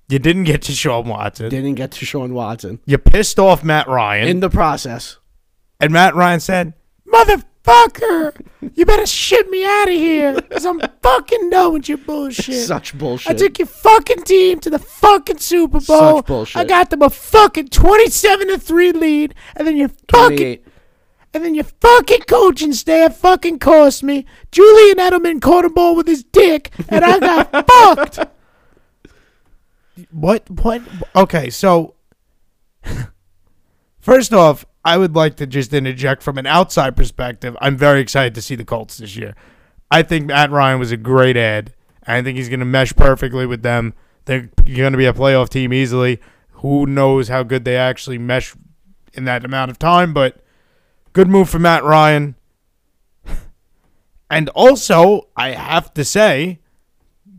You didn't get Deshaun Watson.
Didn't get to Sean Watson
You pissed off Matt Ryan.
in the process.
And Matt Ryan said, Motherfucker, you better shit me out of here because I'm fucking done with your bullshit.
Such
I
bullshit.
took your fucking team to the fucking Super Bowl.
Such bullshit.
I got them a fucking 27 to 3 lead, and then your fucking
28.
and then your fucking coaching staff fucking cost me. Julian Edelman caught a ball with his dick, and I got fucked. What? What? Okay, so first off, I would like to just interject from an outside perspective. I'm very excited to see the Colts this year. I think Matt Ryan was a great ad. I think he's going to mesh perfectly with them. They're going to be a playoff team easily. Who knows how good they actually mesh in that amount of time, but good move for Matt Ryan. And also, I have to say,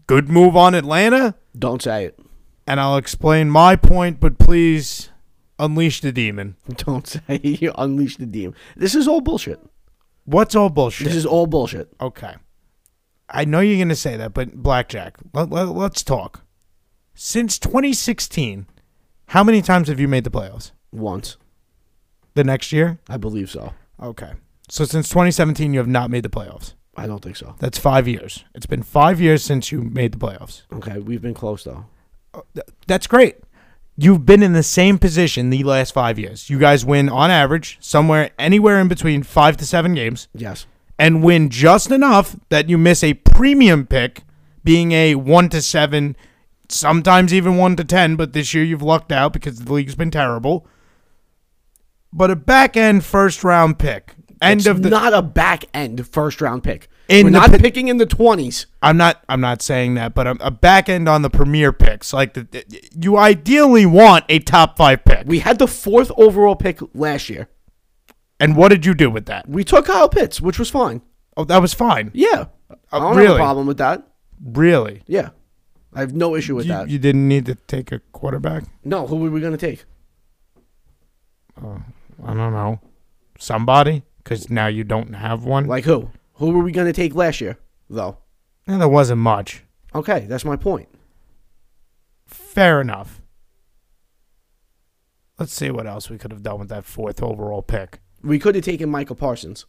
good move on Atlanta.
Don't say it.
And I'll explain my point, but please unleash the demon.
Don't say you unleash the demon. This is all bullshit.
What's all
This
bullshit?
is all bullshit.
Okay. I know you're going to say that, but Blackjack, let, let, us talk. Since 2016, how many times have you made the playoffs?
Once,
The next year?
I believe so.
Okay. So since 2017, you have not made the playoffs.
I don't think so.
That's five years. It's been five years since you made the playoffs.
Okay, we've been close though.
Th- That's great. You've been in the same position the last five years. You guys win on average somewhere, anywhere in between five to seven games,
Yes.
and win just enough that you miss a premium pick, being a one to seven, sometimes even one to ten. But this year you've lucked out because the league's been terrible. But a back end first round pick, end
It's
of the.
not a back end first round pick.
In
We're
the
not
pi-
picking in the twenties.
I'm not. I'm not saying that, but a, a back end on the premier picks, like the, the- you ideally want a top five pick.
We had the fourth overall pick last year.
And what did you do with that?
We took Kyle Pitts, which was fine.
Oh, that was fine.
Yeah, I don't have
Uh, really?
a problem with that.
Really?
Yeah, I have no issue with
You,
that.
you didn't need to take a quarterback?
no, who were we gonna take?
I don't know. Somebody? Because now you don't have one.
Like who? Who were we gonna take last year? Though.
and there wasn't much.
Okay, that's my point.
Fair enough. Let's see what else we could have done with that fourth overall pick.
We could have taken Michael Parsons.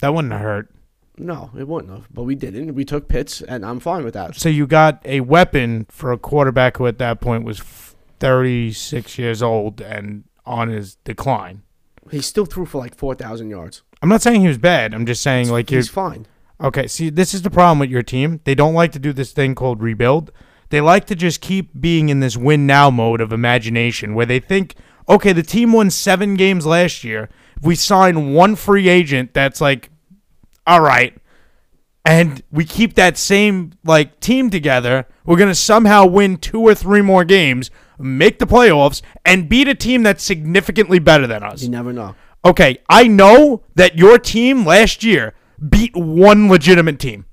That wouldn't have hurt.
No, it wouldn't have. But we didn't. We took Pitts, and I'm fine with that.
So you got a weapon for a quarterback who at that point was f- 36 years old and on his decline.
He still threw for like four thousand yards.
I'm not saying he was bad. I'm just saying like you're
He's fine.
Okay, see, this is the problem with your team. They don't like to do this thing called rebuild. They like to just keep being in this win now mode of imagination where they think, okay, the team won seven games last year. If we sign one free agent that's like, all right, and we keep that same like team together, we're gonna somehow win two or three more games, make the playoffs, and beat a team that's significantly better than us.
You never know.
Okay, I know that your team last year beat one legitimate team.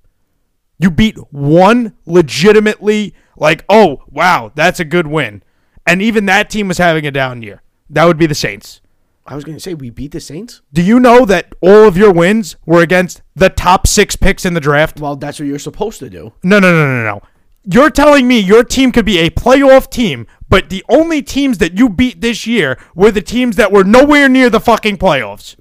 You beat one legitimately, like, oh, wow, that's a good win. And even that team was having a down year. That would be the Saints.
I was gonna say we beat the Saints.
Do you know that all of your wins were against the top six picks in the draft?
Well, that's what you're supposed to do.
No, no, no, no, no. You're telling me your team could be a playoff team, but the only teams that you beat this year were the teams that were nowhere near the fucking playoffs.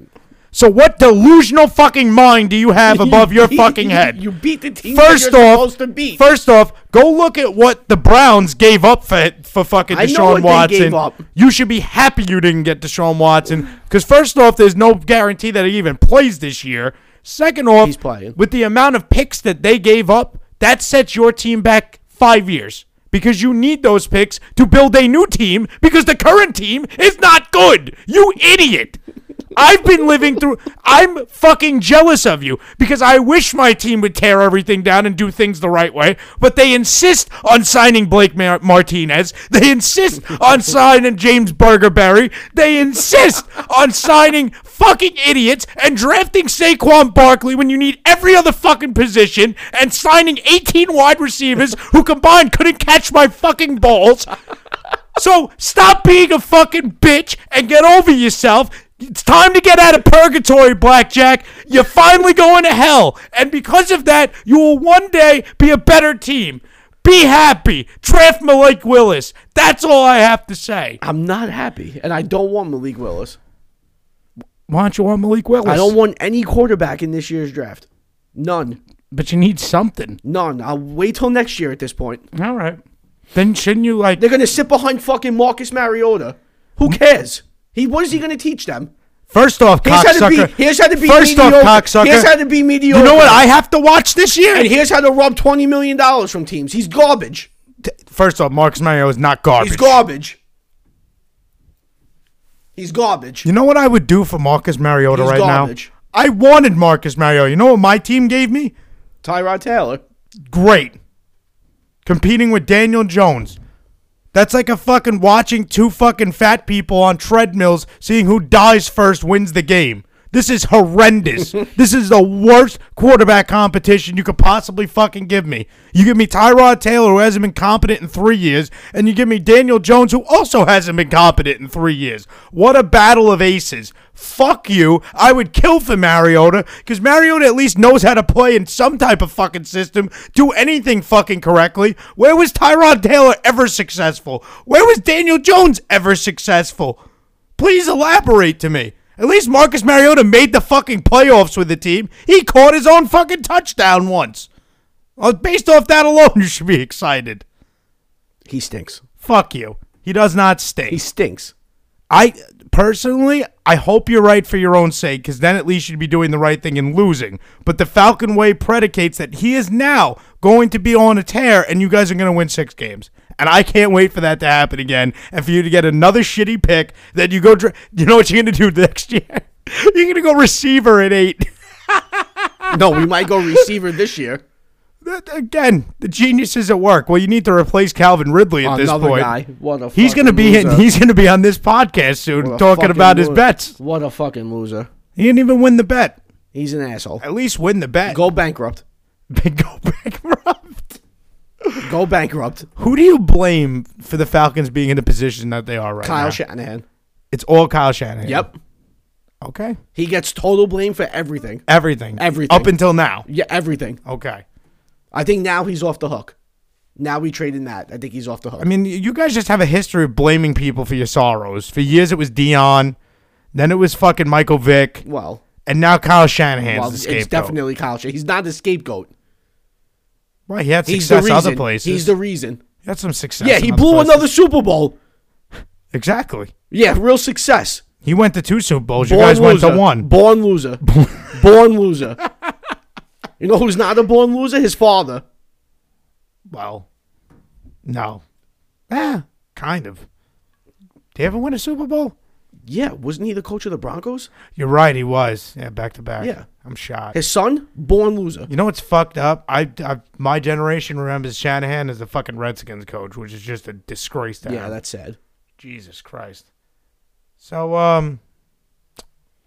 So what delusional fucking mind do you have above your
You beat-
fucking head?
You beat the team
First
that you're
off,
supposed to beat.
first off, go look at what the Browns gave up for for fucking
I know
Deshaun
what
Watson.
they gave up.
You should be happy you didn't get Deshaun Watson because first off, there's no guarantee that he even plays this year. Second off,
He's playing.
with the amount of picks that they gave up, that sets your team back five years because you need those picks to build a new team because the current team is not good. You idiot. I've been living through. I'm fucking jealous of you because I wish my team would tear everything down and do things the right way, but they insist on signing Blake Mar- Martinez. They insist on signing James Bergerberry. They insist on signing fucking idiots and drafting Saquon Barkley when you need every other fucking position and signing 18 wide receivers who combined couldn't catch my fucking balls. So stop being a fucking bitch and get over yourself. It's time to get out of purgatory, Blackjack. You're finally going to hell. And because of that, you will one day be a better team. Be happy. Draft Malik Willis. That's all I have to say.
I'm not happy, and I don't want Malik Willis.
Why don't you want Malik Willis?
I don't want any quarterback in this year's draft. None.
but you need something.
None. I'll wait till next year at this point.
All right. Then shouldn't you like
They're gonna sit behind fucking Marcus Mariota. Who
Mm.
cares? He what is he gonna teach them?
first off
Here's how to
cocksucker?
be- here's how to be
first
mediocre.
off cocksucker.
Here's how to be
You know
mediocre.
what I have to watch this year?
And here's how to rob twenty million dollars from teams. He's garbage.
first off, Marcus Mario is not garbage.
He's garbage. He's garbage.
You know what I would do for Marcus Mariota
He's
right
garbage.
now? I wanted Marcus Mariota. You know what my team gave me?
Tyrod Taylor.
Great. Competing with Daniel Jones. That's like a fucking watching two fucking fat people on treadmills, seeing who dies first wins the game. This is horrendous. this is the worst quarterback competition you could possibly fucking give me. You give me Tyrod Taylor, who hasn't been competent in three years, and you give me Daniel Jones, who also hasn't been competent in three years. What a battle of aces. Fuck you. I would kill for Mariota because Mariota at least knows how to play in some type of fucking system, do anything fucking correctly. Where was Tyrod Taylor ever successful? Where was Daniel Jones ever successful? Please elaborate to me. At least Marcus Mariota made the fucking playoffs with the team. He caught his own fucking touchdown once. Uh, Based off that alone, you should be excited.
He stinks.
Fuck you. He does not stink.
He stinks.
I personally, I hope you're right for your own sake, because then at least you'd be doing the right thing and losing. But the Falcon way predicates that he is now going to be on a tear, and you guys are going to win six games. And I can't wait for that to happen again, and for you to get another shitty pick that you go. Dr- you know what you're going to do next year? you're going to go receiver at eight.
No, we might go receiver this year.
That- Again, the genius is at work. Well, you need to replace Calvin Ridley at this
Another
point.
guy. What a
He's going to
fucking
be in,
loser.
he's going to be on this podcast
What
soon
a
talking
fucking
about his
loser.
bets.
What a fucking loser.
He didn't even win the bet.
He's an asshole.
At least win the bet.
Go bankrupt.
go bankrupt.
Go bankrupt.
Who do you blame for the Falcons being in the position that they are right
Kyle
now?
Shanahan.
it's all Kyle Shanahan.
Yep.
Okay.
He gets total blame for everything.
Everything.
Everything.
Up until now.
Yeah, everything.
Okay.
I think now he's off the hook. Now we traded Matt. I think he's off the hook.
I mean, you guys just have a history of blaming people for your sorrows. For years, it was Dion. Then it was fucking Michael Vick.
well,
And now Kyle Shanahan's
well,
the
it's
scapegoat.
definitely Kyle Shanahan. He's not the scapegoat.
Right, he had
He's
success
the reason.
other places.
He's the reason.
he had some success.
Yeah,
in
he
other
blew
places.
another Super Bowl.
Exactly.
Yeah, real success.
He went to two Super Bowls. You
Born
guys
loser.
went to one.
Born loser. born loser. You know who's not a born loser? His father.
Well, no. Ah, kind of. Did he ever win a Super Bowl?
Yeah, wasn't he the coach of the Broncos?
You're right, he was. Yeah, back to back.
Yeah.
I'm shocked.
His son, born loser.
You know what's fucked up? I, I my generation remembers Shanahan as the fucking Redskins coach, which is just a disgrace to
Yeah,
him.
that's sad.
Jesus Christ. So um,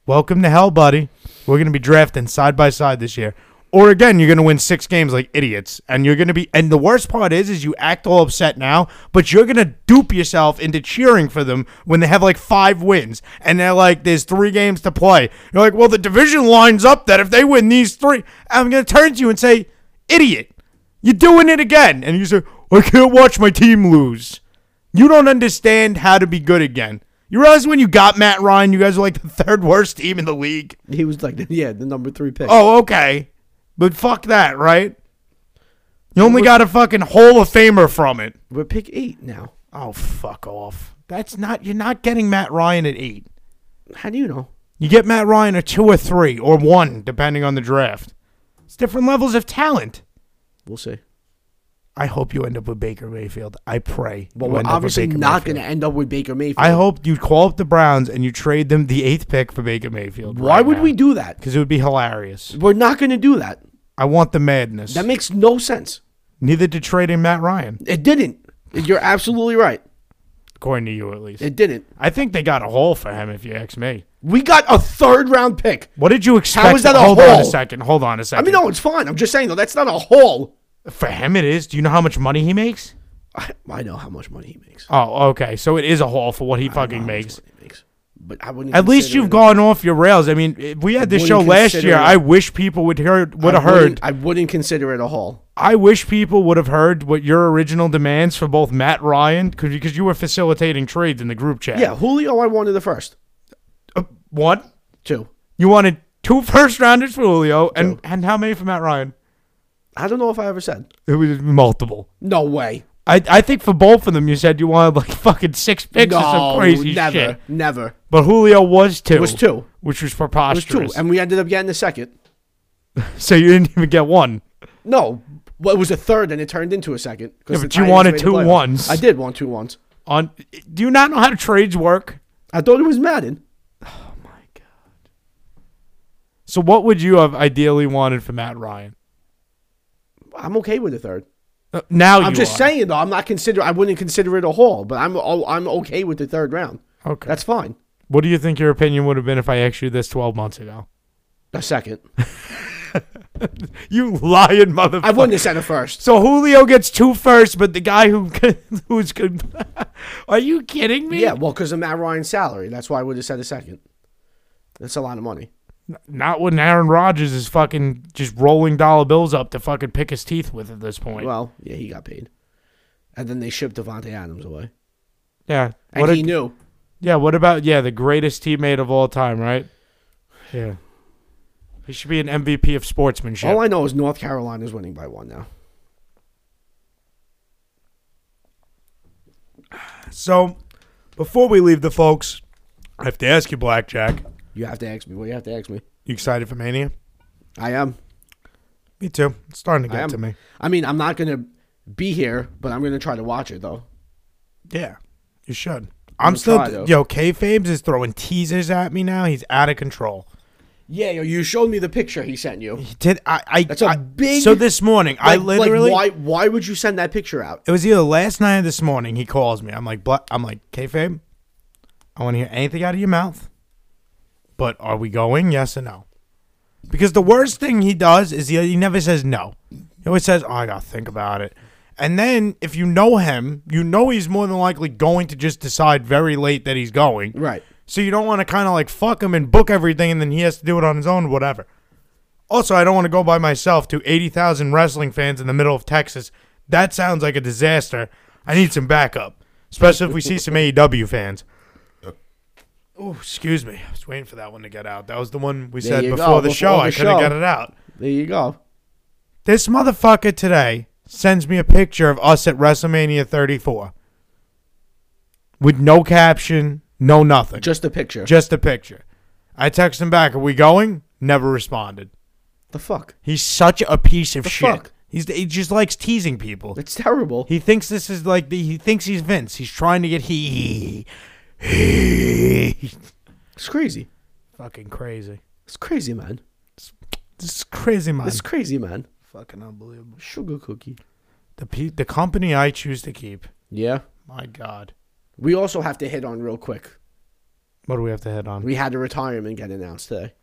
welcome to hell, buddy. We're gonna be drafting side by side this year. Or again, you're gonna win six games like idiots, and you're gonna be. And the worst part is, is you act all upset now, but you're gonna dupe yourself into cheering for them when they have like five wins, and they're like, "There's three games to play." You're like, "Well, the division lines up that if they win these three, I'm gonna turn to you and say, "Idiot, you're doing it again," and you say, "I can't watch my team lose." You don't understand how to be good again. You realize when you got Matt Ryan, you guys were like the third worst team in the league.
He was like, the, yeah, the number three pick.
Oh, okay. But fuck that, right? You only got a fucking Hall of Famer from it.
We're pick eight now.
Oh, fuck off. That's not, you're not getting Matt Ryan at eight.
How do you know?
You get Matt Ryan at two or three or one, depending on the draft. It's different levels of talent.
We'll see.
I hope you end up with Baker Mayfield. I pray.
Well,
you
we're
end up with
obviously
Baker
not
Mayfield.
going to end up with Baker Mayfield.
I hope you call up the Browns and you trade them the eighth pick for Baker Mayfield.
Why would we do that?
Because it would be hilarious.
We're not going to do that.
I want the madness.
That makes no sense.
Neither did trading Matt Ryan,
It didn't. You're absolutely right.
according to you at least.
It didn't.
I think they got a haul for him, if you ask me.
We got a third round pick.
What did you expect?
is that a
hold on
haul?
a second. Hold on a
I
second.
mean, no, it's fine. I'm just saying though, that's not a haul.
For him, it is. Do you know how much money he makes?
I, I know how much money he makes.
Oh, okay. So it is a haul for what he
I know
fucking
how much
makes.
money he makes. But I wouldn't.
At least
consider
you've
it-
gone off your rails. I mean, if we had this
wouldn't
show last
consider
year.
it-
I wish people would hear would
I
have heard.
wouldn't- I wouldn't consider it a haul.
I wish people would have heard what your original demands for both Matt Ryan, cause, because you were facilitating trades in the group chat.
Yeah, Julio, I wanted the first
Uh, what?
two.
You wanted two first rounders for Julio, and, and how many for Matt Ryan?
I don't know if I ever said.
It was multiple.
No way.
I, I think for both of them, you said you wanted like fucking six picks or
No,
some crazy
never,
shit.
never.
But Julio was two.
was two.
Which was
It was two,
preposterous.
and we ended up getting the second.
so you didn't even get one.
No, well, it was a third, and it turned into a second. 'cause
Yeah,
the
but you
Titans
wanted
made the
two
playoffs.
ones.
I did want two ones.
On do you not know how trades work?
I thought it was Madden.
So what would you have ideally wanted for Matt Ryan?
I'm okay with the third.
Uh, now
I'm
you
just
are.
saying though, I'm not consider. I wouldn't consider it a haul, but I'm oh, I'm okay with the third round.
Okay.
That's fine.
What do you think your opinion would have been if I asked you this 12 months ago?
A second.
You lying motherfucker.
I wouldn't have said a first.
so Julio gets two first, but the guy who who's good. Are you kidding me?
Yeah, well, because of Matt Ryan's salary, that's why I would have said a second. That's a lot of money.
Not when Aaron Rodgers is fucking just rolling dollar bills up to fucking pick his teeth with at this point.
Well, yeah, he got paid, and then they shipped Devontae Adams away,
yeah.
and
What
he
a-
knew.
yeah. What about yeah the greatest teammate of all time, right? Yeah. Oh, He should be an MVP of sportsmanship.
All I know is North Carolina's winning by one now.
so, before we leave the folks, I have to ask you, Blackjack.
You have to ask me. Well, you have to ask me.
You excited for Mania?
I am.
Me too. It's starting to
I
get
am.
to me.
I mean, I'm not gonna be here, but I'm gonna try to watch it though.
Yeah, you should.
I'm
I'm still
try, though.
yo. Kayfabe's is throwing teasers at me now. He's out of control.
Yeah, yo, you showed me the picture he sent you.
He did. I. I
That's a
I-
big-
So this morning, I
Like- like,
literally.
why? Why would you send that picture out?
it was either last night or this morning. He calls me. I'm like, Bla- I'm like, kayfabe. I want to hear anything out of your mouth. But are we going? Yes or no? Because the worst thing he does is he, he never says no. He always says, "Oh, I gotta think about it." And then if you know him, you know he's more than likely going to just decide very late that he's going.
Right.
So you don't want to kind of like fuck him and book everything, and then he has to do it on his own, whatever. Also, I don't want to go by myself to 80,000 wrestling fans in the middle of Texas. That sounds like a disaster. I need some backup, especially if we see some AEW fans. Oh, excuse me. I was waiting for that one to get out. That was the one we
There
said
you
before,
go,
the
before
show.
the
I couldn't
show.
get it out.
There you go.
This motherfucker today sends me a picture of us at WrestleMania 34 with no caption, no nothing.
Just a picture.
Just a picture. I text him back, "Are we going?" Never responded.
the fuck.
He's such a piece of shit.
fuck?
He's he just likes teasing people.
It's terrible.
He thinks this is like the, he thinks he's Vince. He's trying to get he he
It's crazy.
fucking crazy.
It's crazy, man.
This is crazy, man.
It's crazy, man.
fucking unbelievable.
Sugar cookie.
The pe- the company I choose to keep.
Yeah.
My God,
We also have to hit on real quick.
what do we have to head on?
We had a retirement get announced today.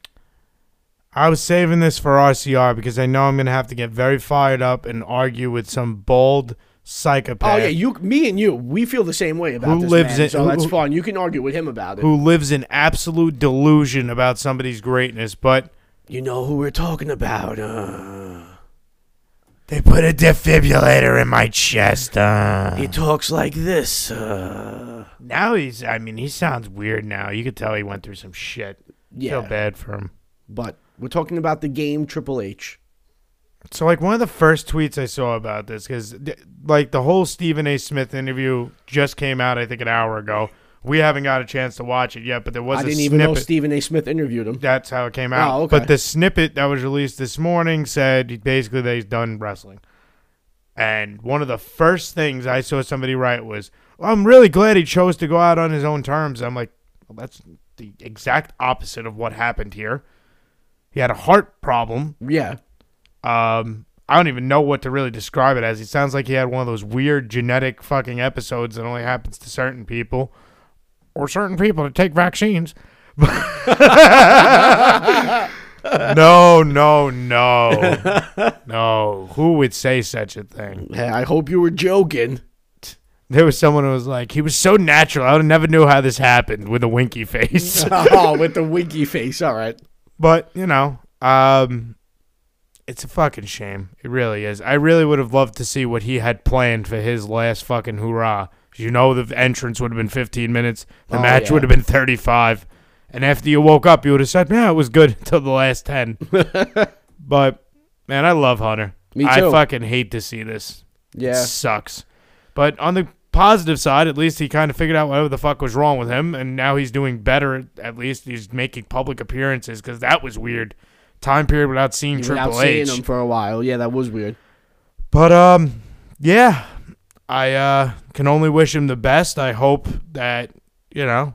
I was saving this for RCR because I know I'm gonna have to get very fired up and argue with some bald psychopath.
Oh yeah, you, me, and you, we feel the same way about
Who
this
lives
man,
in-
so
who-
that's
who-
fine. You can argue with him about it.
who lives in absolute delusion about somebody's greatness, but
You know who we're talking about? Uh,
They put a defibrillator in my chest. Uh.
He talks like this. Uh,
now he's, I mean, he sounds weird now. You could tell he went through some shit.
yeah,
Feel bad for him.
but we're talking about the game Triple H.
So, like, one of the first tweets I saw about this, because, like, the whole Stephen A. Smith interview just came out, I think, an hour ago. We haven't got a chance to watch it yet, but there was
I
a
didn't
snippet.
even know Stephen A. Smith interviewed him.
That's how it came out.
Oh, okay.
But the snippet that was released this morning said basically that he's done wrestling. And one of the first things I saw somebody write was, well, "I'm really glad he chose to go out on his own terms." I'm like, well, "That's the exact opposite of what happened here. He had a heart problem.
Yeah,
Um, I don't even know what to really describe it as. It sounds like he had one of those weird genetic fucking episodes that only happens to certain people, or certain people that take vaccines." no, no, no. No. Who would say such a thing?
Hey, I hope you were joking.
There was someone who was like, he was so natural. I never knew how this happened with a winky face.
oh, with the winky face. All right.
but, you know, um, it's a fucking shame. It really is. I really would have loved to see what he had planned for his last fucking hoorah. You know, the entrance would have been 15 minutes, the
Oh,
match
yeah.
would have been 35. And after you woke up, you would have said, yeah, it was good until the last 10. but, man, I love Hunter.
Me
I
too.
fucking hate to see this.
Yeah.
sucks. But on the positive side, at least he kind of figured out whatever the fuck was wrong with him, and now he's doing better. At least he's making public appearances because that was weird. Time period without seeing Triple
Without seeing
H.
him for a while. Yeah, that was weird.
But um, yeah, I uh can only wish him the best. I hope that you know,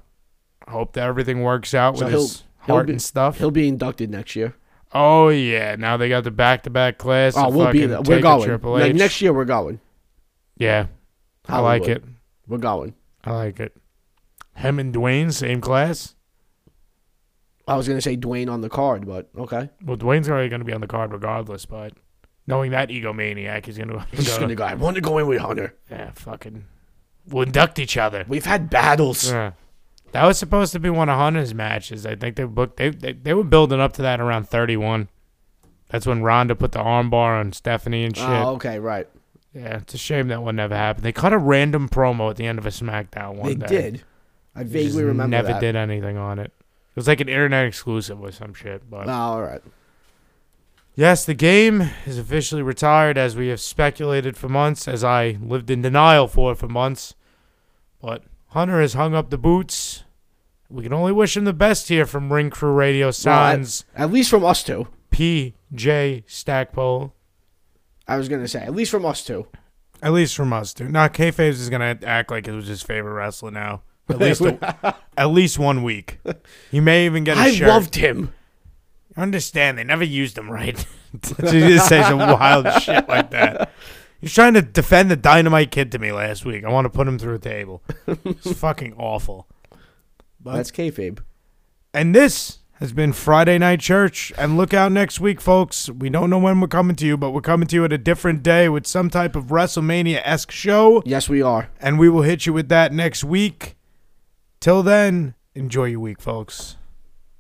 hope that everything works out
So
with
he'll-
his
he'll
heart
be-
and stuff.
He'll be inducted next year.
Oh yeah, now they got the back to back class.
Oh,
to
we'll be
fucking
there.
take
We're
a
going.
Triple
Like
H.
next year, we're going.
yeah, I like
Hollywood.
it.
We're going.
I like it. Him and Dwayne, same class.
I was gonna say Dwayne on the card, but okay.
Well, Dwayne's already going to be on the card regardless, but knowing that egomaniac, he's going to
He's just gonna go. I want to go in with Hunter.
yeah, fucking we'll induct each other.
We've had battles.
Yeah. That was supposed to be one of Hunter's matches. I think they booked they they, they were building up to that around 31. That's when Ronda put the armbar on Stephanie and shit.
Oh, okay, right.
Yeah, it's a shame that one never happened. They cut a random promo at the end of a SmackDown one day.
they did. I
They
vaguely
just
remember
Never
that.
did anything on it. It was like an internet exclusive or some shit, but
Oh, all right.
Yes, the game is officially retired as we have speculated for months, as I lived in denial for for months. But Hunter has hung up the boots. We can only wish him the best here from Ring Crew Radio Sans
At least from us two.
PJ Stackpole.
I was gonna say. At least from us two.
At least from us, dude. Now, Kayfabe is going to act like it was his favorite wrestler now. At least, a- at least one week. He may even get a
I
shirt.
loved him.
I understand they never used him right. to just say some wild shit like that. He's trying to defend the dynamite kid to me last week. I want to put him through a table. It's fucking awful. But
That's kayfabe.
and this has been Friday Night Church. And look out next week, folks. We don't know when we're coming to you, but we're coming to you at a different day with some type of WrestleMania esque show.
Yes, we are.
And we will hit you with that next week. Till then, enjoy your week, folks.